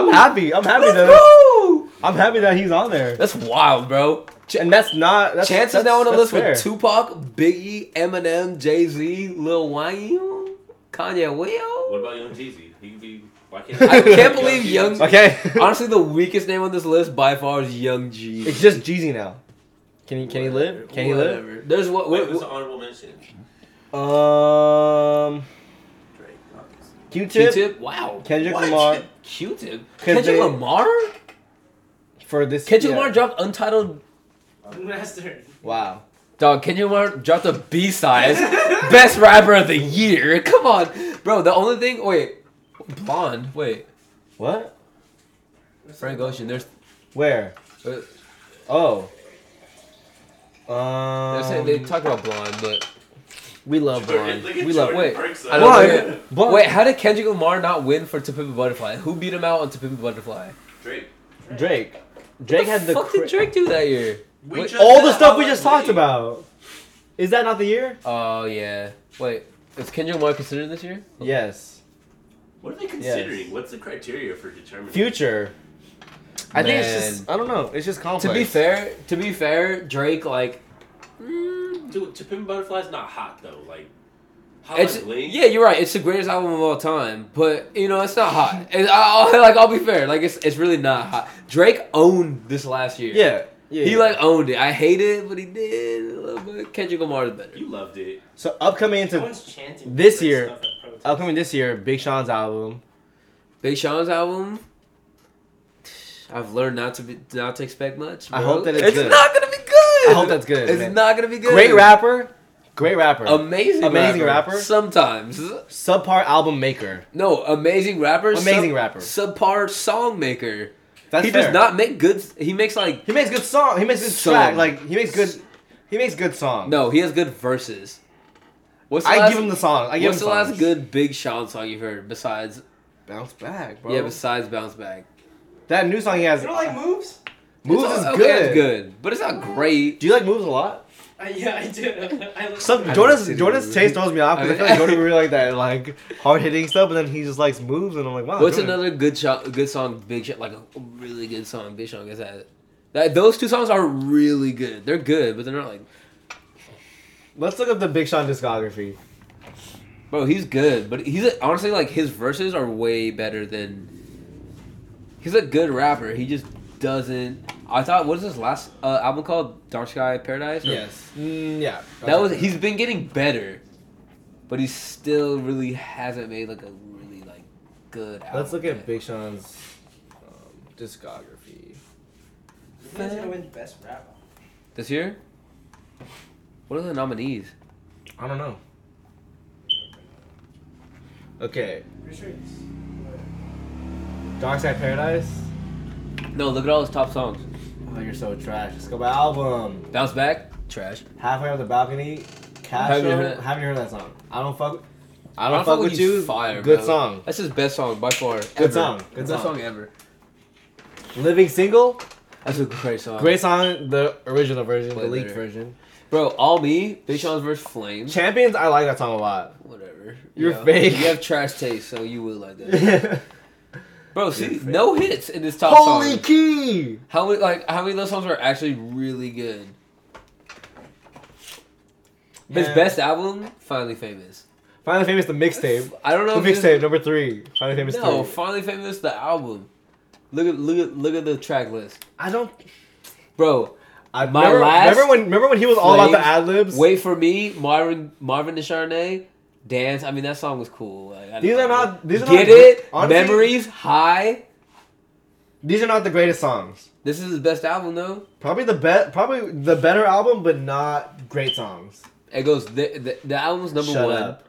C: I'm, I'm happy. I'm happy
B: Let's
C: that
B: go!
C: I'm happy that he's on there.
B: That's wild, bro.
C: Ch- And that's not. That's,
B: Chance
C: that's,
B: is now on the
C: that's
B: list
C: fair.
B: with Tupac, Biggie, Eminem, Jay Z, Lil Wayne, Kanye
D: What
B: Will.
D: about Young Jeezy? He could be. Why can't
B: I can't
D: Young
B: believe
D: Jeezy?
B: Young.
C: Okay.
B: Honestly, the weakest name on this list by far is Young G.
C: it's just Jeezy now. Can he? Can he live? Can he live?
B: Whatever. There's what?
D: Wait,
B: Wait,
D: what's an honorable mention?
C: Um.
D: Drake. obviously.
C: Q-Tip.
B: Q-Tip. Wow.
C: Kendrick
D: What?
C: Lamar
B: Q-Tip. Kendrick
C: Kendrick they-
B: Lamar.
C: for this.
B: Kendrick
C: yeah.
B: Lamar dropped Untitled.
E: Master.
C: Wow.
B: Dog, Kendrick Lamar dropped a B side, best rapper of the year. Come on, bro. The only thing, wait, Blonde. Wait,
C: What?
B: Frank Ocean. There's
C: Where?
B: Uh,
C: Oh.
B: they
C: Um,
B: say- they talk about Blonde, but
C: we love
D: Jordan,
C: Blonde.
D: look at
C: We love.
D: Jordan
B: wait,
D: Brooks,
B: I
D: uh,
B: don't
C: Why?
B: get it.
C: Blonde.
B: Wait, how did Kendrick Lamar not win for To Pimp a Butterfly? Who beat him out on To Pimp a Butterfly?
D: Drake.
C: Drake. Drake had the.
B: fuck
C: cra-
B: did Drake do that year?
D: We
B: Wait,
D: just
C: All the
D: said
C: stuff we
D: Hotline
C: just talked
D: Bling.
C: about. Is that not the year?
B: Oh yeah. Wait, is Kendrick Lamar considered this year?
C: Yes.
D: What are they considering? What's the criteria for determining?
C: Future. I think it's
B: Man.
C: just. I don't know. It's just complex.
B: To be fair, to be fair, Drake like. mm,
D: Dude, To Pimp a Butterfly's not hot though. Like, hot
B: It's,
D: like Bling?
B: yeah, you're right. It's the greatest album of all time, but you know it's not hot. It's, I, I- like I'll be fair, like it's it's really not hot. Drake owned this last year.
C: Yeah. Yeah.
B: he
C: yeah.
B: like owned it. I hate it, but he did. a little bit. Kendrick Lamar is better.
D: You loved it.
C: So upcoming
E: No
C: into
E: one's chanting
C: this
E: great
C: year-
E: stuff at protest.
C: upcoming this year, Big Sean's album.
B: Big Sean's album. I've learned not to be, not to expect much.
C: I
B: bro.
C: hope that it's good.
B: not gonna be good.
C: I hope that's good,
B: It's
C: man.
B: not gonna be good. Um,
C: Great rapper. Great rapper.
B: Amazing,
C: Amazing
B: rapper.
C: rapper.
B: Sometimes,
C: Subpar album maker.
B: no, amazing rapper.
C: Amazing rapper.
B: Subpar song maker.
C: That's
B: he
C: fair.
B: does not make good. He makes like
C: He makes good song. He makes good
B: Song.
C: track. Like he makes good. He makes good songs.
B: no. He has good verses. What's the
C: I
B: last,
C: give him the song. I give
B: what's
C: him
B: the
C: songs.
B: last good Big Sean song you've heard besides?
C: bounce back, bro.
B: Yeah, besides Bounce Back.
C: that new song he has.
E: You don't like moves?
C: moves
B: It's
C: is
B: all-
C: good.
B: okay, it's good, but it's not great.
C: Do you like moves a lot?
E: Uh, yeah, I do. I love
C: Some
B: I
C: Jordan's
B: don't see
C: Jordan's
B: moves.
C: taste throws me off because I,
B: I-
C: feel like Jordan really like that like hard hitting stuff, but then he just likes moves, and I'm like, wow.
B: What's
C: Jordan.
B: another good shot, good song? Big Sean, like a really good song. Big Sean gets at it. That those two songs are really good. They're good, but they're not like,
C: Let's look up the Big Sean discography.
B: bro. He's good, but he's honestly like his verses are way better than He's a good rapper. He just doesn't. I thought what is his last uh, album called? Dark Sky Paradise. or-
C: Yes. Mm, yeah.
B: That was. He's been getting better, but he still really hasn't made like a really like good. Album
C: Let's look
B: yet.
C: at Big Sean's um, discography.
E: He's gonna win best rap. album.
B: this year. What are the nominees?
C: I don't know. Okay,
E: Pretty sure it's.
C: Dark Side Paradise.
B: No, look at all his top songs.
C: Oh, you're so trash. Let's go by album.
B: Bounce back, trash.
C: Halfway up the balcony.
B: Haven't you
C: Castro.
B: heard-
C: Haven't, you heard that song? I don't fuck.
B: I
C: don't fuck with you.
B: Fire.
C: Good
B: bro.
C: song.
B: That's his best song by far. Good
C: song. Good
B: Best
C: song.
B: song ever.
C: Living single.
B: Uh-huh. That's a great song.
C: Great song. The original version.
B: Way
C: the leaked
B: better.
C: version.
B: Bro, all me. Big Sean's verse Flames.
C: Champions. I like that song a lot.
B: Whatever.
C: You're
B: You know,
C: fake.
B: You have trash taste, so you will like that.
C: Holy
B: Bro, see, no hits in this top song.
C: key.
B: How many like how many of those songs are actually really good? His
C: Man.
B: best album, Finally Famous.
C: Finally famous. The mixtape.
B: I don't know.
C: The
B: if it's-
C: mixtape number three. Finally famous.
B: No,
C: three.
B: Finally Famous, the album. Look at look at look at the track list,
C: I don't.
B: bro.
C: I
B: My
C: remember,
B: last
C: Remember when? Remember when he was all about the
B: Flames-
C: ad libs.
B: Wait for me, Marvin Marvin and Charnay, dance. I mean that song was cool. Like, I
C: These
B: don't
C: are
B: know.
C: not. These are
B: Get
C: not,
B: it?
C: honestly,
B: Memories high.
C: These are not the greatest songs.
B: This is his best album though.
C: Probably the best. Probably the better album, but not great songs.
B: It goes the the, the album's number
C: Shut
B: one.
C: up.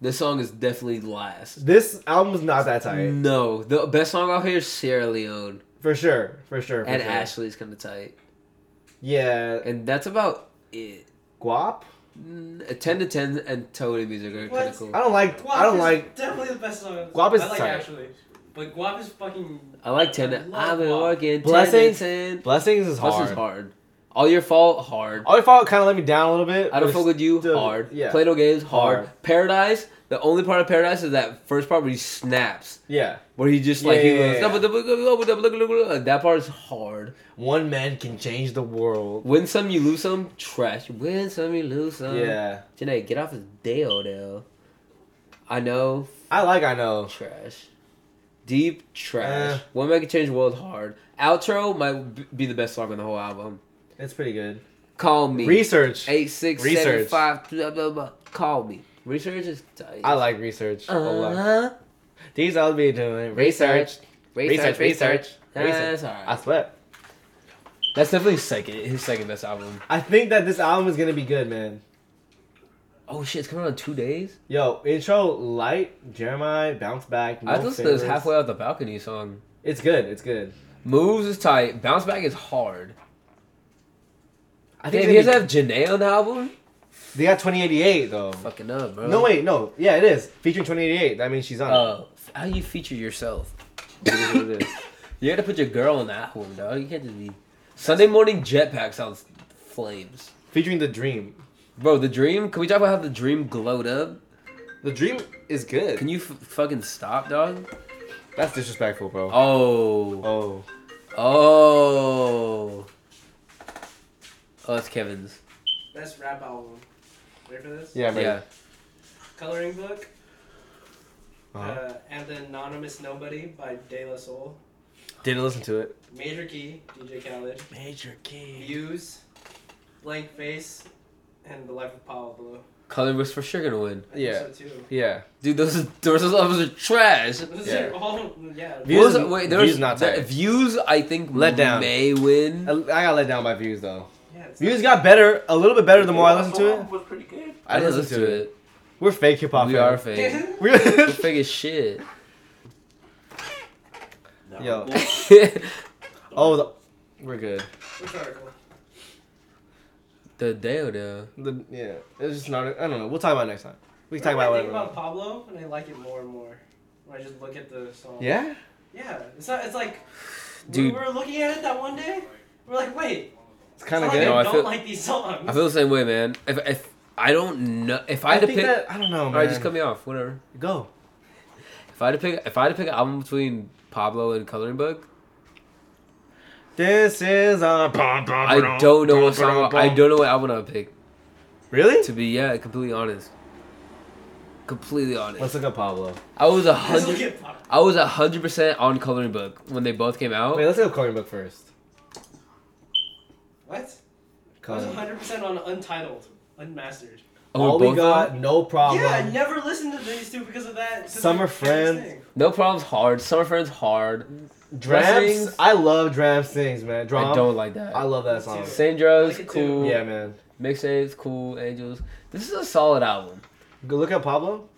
B: This song is definitely last.
C: This album's not that
B: Mm.
C: tight.
B: No, the best song out here is Sierra Leone
C: For sure. For sure. For
B: and
C: sure.
B: Ashley's kind of tight,
C: Yeah.
B: and that's about it.
C: Guap.
B: Mm, a Ten to ten and Toady music are
E: What?
B: critical.
C: I don't like.
E: Guap
C: I don't
E: is
C: like.
E: Definitely the best song.
C: Guap is
E: I like
C: tight.
E: actually, but Guap is fucking.
B: I like ten. to-
E: love
B: I've been
E: Guap.
B: working
C: Blessings?
B: ten to ten.
C: Blessings is hard.
B: This is hard. All your fault hard.
C: All Fall kind of let me down a little bit.
B: I don't
C: but
B: fuck with you
C: still-
B: hard.
C: Yeah.
B: Play no games hard.
C: Hard.
B: Paradise. The only part of Paradise is that first part where he snaps,
C: yeah.
B: where he just like
C: Yeah, yeah, yeah.
B: he goes. "Double-double-double-double-double-double-double-double-double." That part is hard.
C: One man can change the world.
B: Win some, you lose some. Trash. Win some, you lose some.
C: yeah.
B: Janae, get off his Dale Dale. I know.
C: I like. I know.
B: Trash. Deep trash.
C: Eh.
B: One Man Can Change the World hard. Outro might b- be the best song on the whole album.
C: It's pretty good.
B: Call me.
C: Research.
B: Eight six seven
C: Research.
B: five. Blah, blah, blah. Call me. Research is tight.
C: I like research a lot.
B: Uh-huh.
C: These I'll be doing research. Research. Research. Research.
B: That's
C: I
B: alright.
C: sweat.
B: That's definitely second. His second best album.
C: I think that this album is gonna be good, man.
B: Oh shit! It's coming out in two days.
C: Yo, intro light, Jeremiah, bounce back.
B: I
C: no
B: listened to this
C: favors.
B: halfway out the balcony song.
C: It's good. It's good.
B: Moves is tight. Bounce back is hard.
C: I
B: Damn,
C: think
B: he
C: it's
B: doesn't
C: gonna
B: have Janae on the album.
C: be- they got twenty eighty eight though.
B: Fucking up, bro.
C: No wait, no. Yeah, it is featuring twenty eighty eight. That means she's on. it.
B: Uh, how you feature yourself?
C: It is what it is.
B: You gotta put your girl on that album, dog. You can't just be. Sunday morning jetpack sounds flames,
C: Featuring the dream.
B: bro. The dream. Can we talk about how the dream glowed up?
C: The dream is good.
B: Can you f- fucking stop, dog?
C: That's disrespectful, bro.
B: Oh.
C: Oh,
B: Oh. Oh, that's Kevin's.
E: Best rap album. Ready for this?
C: yeah, man.
B: Yeah.
E: Coloring Book.
C: Uh-huh.
E: Uh, and then Anonymous Nobody by De La Soul.
C: Didn't listen to it.
E: Major Key, DJ Khaled.
B: Major
C: Mm.
B: key.
E: Muse, Blank Face, and The Life of Pablo.
B: Color was for sure gonna win.
E: I
C: Yeah.
E: think so too.
C: Yeah.
B: Dude, those those albums are trash.
E: Those
C: Yeah.
E: are all, yeah.
C: Views-
B: What was- wait, there
C: Views
B: was-
C: not
B: the-
C: tight.
B: views. I think
C: Let down.
B: may
C: I,
B: win.
C: I got let down by views though.
E: yeah it's
C: Views got better a little bit better the more I listened
D: listen
C: to it.
D: Was pretty good.
B: I didn't listen to it.
C: We're fake hip hop.
B: We are
E: not-
B: fake.
C: We're
B: We're fake as shit.
D: No.
C: Yo.
D: Well,
C: Oh, the, we're good.
E: Which article?
B: the Deo Deo.
C: The, yeah, it's just not. I don't know. We'll talk about it next time. We can talk
E: Whenever
C: about
E: I think
C: whatever.
E: about Pablo, and I like it more and more. When I just look at the song.
C: yeah.
E: Yeah. It's not. It's like.
B: Dude.
E: We were looking at it that one day. We're like, wait.
C: It's kind of
E: it's not
C: good.
B: No,
E: Like I,
B: I
E: don't
B: feel-
E: like these songs.
B: I feel the same way, man. If if I don't know, if I
C: I
B: had to
C: think
B: pick,
C: that I don't know, man.
B: all right, just cut me off. Whatever.
C: Go.
B: If I had to pick, if I had to pick an album between Pablo and Coloring Book,
C: This is a.
B: I don't know what song. I don't know what album I would pick.
C: Really?
B: To be yeah, completely honest. completely honest.
C: Let's look up Pablo.
B: I was a
E: This will
B: hundred.
E: get popped.
B: I was a hundred percent on Coloring Book when they both came out.
C: Wait, let's look up coloring book first.
E: What? I was
C: Coloring.
E: 100% on Untitled, Unmastered.
B: Oh,
C: All we
B: both of
C: got,
B: them?
C: no problem.
E: Yeah, I never listened to these two because of that. 'cause of
C: Oh, Summer
E: that famous
C: Friends.
E: thing.
B: No problems. Hard. Summer Friends. Hard.
C: Drams,
B: Blessings.
C: I love Drams things, man. Drum,
B: I don't like that.
C: I love that song.
B: Sandra's
E: I like it too.
B: cool.
C: Yeah, man.
B: Mixtapes cool. Angels. This is a solid album.
C: Go look at Pablo.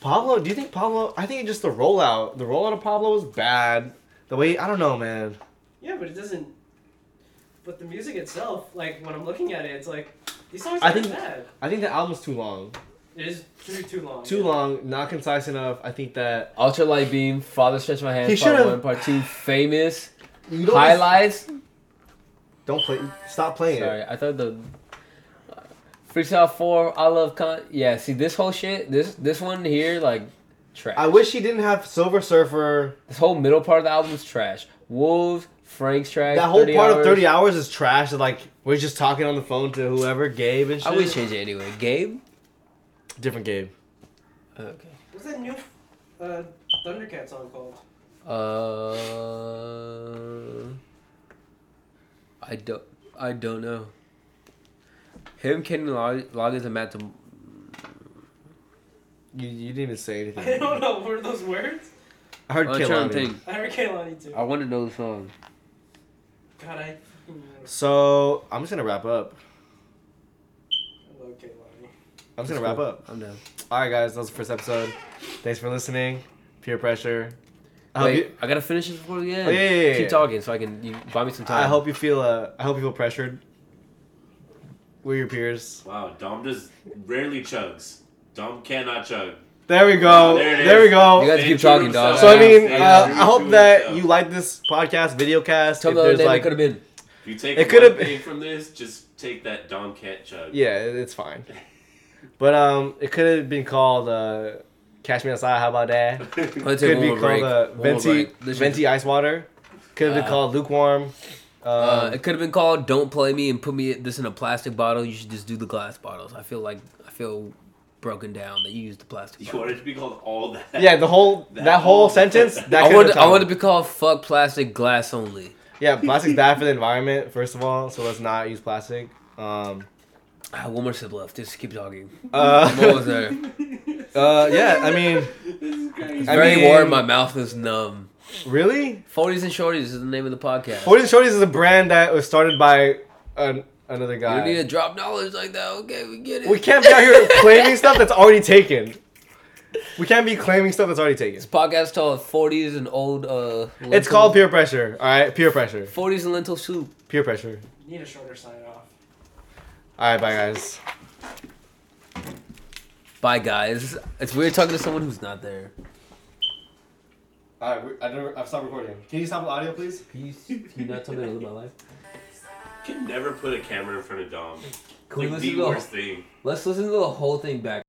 C: Pablo, do you think Pablo? I think just the rollout, the rollout of Pablo was bad. The way I don't know, man.
E: Yeah, but it doesn't. But the music itself, like when I'm looking at it, it's like these songs
C: I
E: aren't
C: think-
E: bad.
C: I think the album's too long,
E: It is too too long.
C: too long, not concise enough. I think that
B: Ultra Light Beam. Father Stretch My Hand.
C: He
B: part
C: should've-
B: one. Part two. Famous.
C: you don't
B: Highlights.
C: Don't play. Stop playing it.
B: Sorry, I thought the Freestyle Four, I love con. Yeah, see this whole shit, this this one here, like trash.
C: I wish he didn't have Silver Surfer.
B: this whole middle part of the album is trash. Wolves, Frank's trash.
C: That whole
B: 30
C: part of
B: Hours.
C: Thirty Hours is trash. It's Like we're just talking on the phone to whoever, Gabe and shit.
B: I would change it anyway. Gabe.
C: different Gabe.
B: Okay.
E: What's that new uh, Thundercat song called?
B: Uh, I don't. I don't know. Him, Kenny Log- Loggins, and Matt. Dem-
C: You, you didn't even say
E: I
C: anything.
E: don't know. What are those words?
C: I heard
B: I'm trying to
C: Kehlani.
B: think.
E: I heard Kaylani too.
C: Oh.
B: I want to know the song.
E: God, I.
C: So I'm just gonna wrap up.
E: I love Kaylani.
C: I'm just gonna wrap up.
B: I'm done.
C: All right, guys, that was the first episode. Thanks for listening. Peer pressure. I hope,
B: Wait,
C: you,
B: I gotta finish this before the end.
C: Oh, yeah, yeah, yeah, yeah.
B: Keep talking so I can you buy me some time.
C: I hope you feel. Uh, I hope you feel pressured. We're your peers.
D: Wow, Dom just rarely chugs. Dom cannot chug.
C: There we go.
D: There it
C: There,
D: is.
C: we go.
B: You guys
D: Stay
B: keep
D: true to
B: talking, dog.
D: yourself.
C: so I mean,
D: Stay
C: uh,
D: true
C: I
D: to
C: hope that
D: yourself.
C: you like this podcast, videocast.
B: Tell
C: If
B: me the other
C: there's
B: name
C: like,
B: it could have been.
D: If you take
C: It
D: it
C: could've
D: one
C: been-
D: thing from this, just take that Dom can't chug.
C: yeah, it- it's fine. But um, it could have been called uh, "Cash Me Outside." How about that?
B: Let's take
C: Could
B: one
C: be
B: more
C: called
B: break.
C: uh,
B: One more
C: venti
B: break. This
C: venti
B: is-
C: ice water. Could have been
B: Uh,
C: called lukewarm. Uh,
B: Uh, it could have been called "Don't Play Me" and put me this in a plastic bottle. You should just do the glass bottles. I feel like I feel broken down that you used the plastic.
D: You
B: bottle.
D: want it to be called all that.
C: yeah, the whole that,
D: That
C: whole
D: whole-
C: sentence. That
B: I
C: could've
B: want
C: been
B: I
C: called.
B: want to be called "Fuck Plastic Glass Only."
C: Yeah, plastic's bad for the environment, first of all, so let's not use plastic. Um,
B: I have one more sip left. Just keep talking. What was
C: uh,
B: there?
C: uh, yeah, I mean,
D: This is crazy.
B: It's
C: I
B: very
C: mean-
B: warm. My mouth is numb.
C: really?
B: Forties and shorties is the name of the podcast.
C: 40 Shorties is a brand that was started by an, another
B: You don't need to
C: guy.
B: drop knowledge like that. Okay, we get it.
C: We can't be out here claiming stuff that's already taken. We can't be claiming stuff that's already taken.
B: This podcast called "40s and Old." Uh,
C: It's called peer pressure, all right? Peer pressure.
B: "40s and Lentil Soup."
C: Peer pressure.
E: Need a shorter sign off.
C: All right, bye, guys.
B: Bye, guys. It's weird talking to someone who's not there.
C: All right, I never, I've stopped recording. Can you stop the audio, please?
B: Peace. Can you not tell me to live my life?
D: You can never put a camera in front of Dom.
B: Can we
D: like
B: listen
D: the
B: to the
D: worst thing.
B: Let's listen to the whole thing back.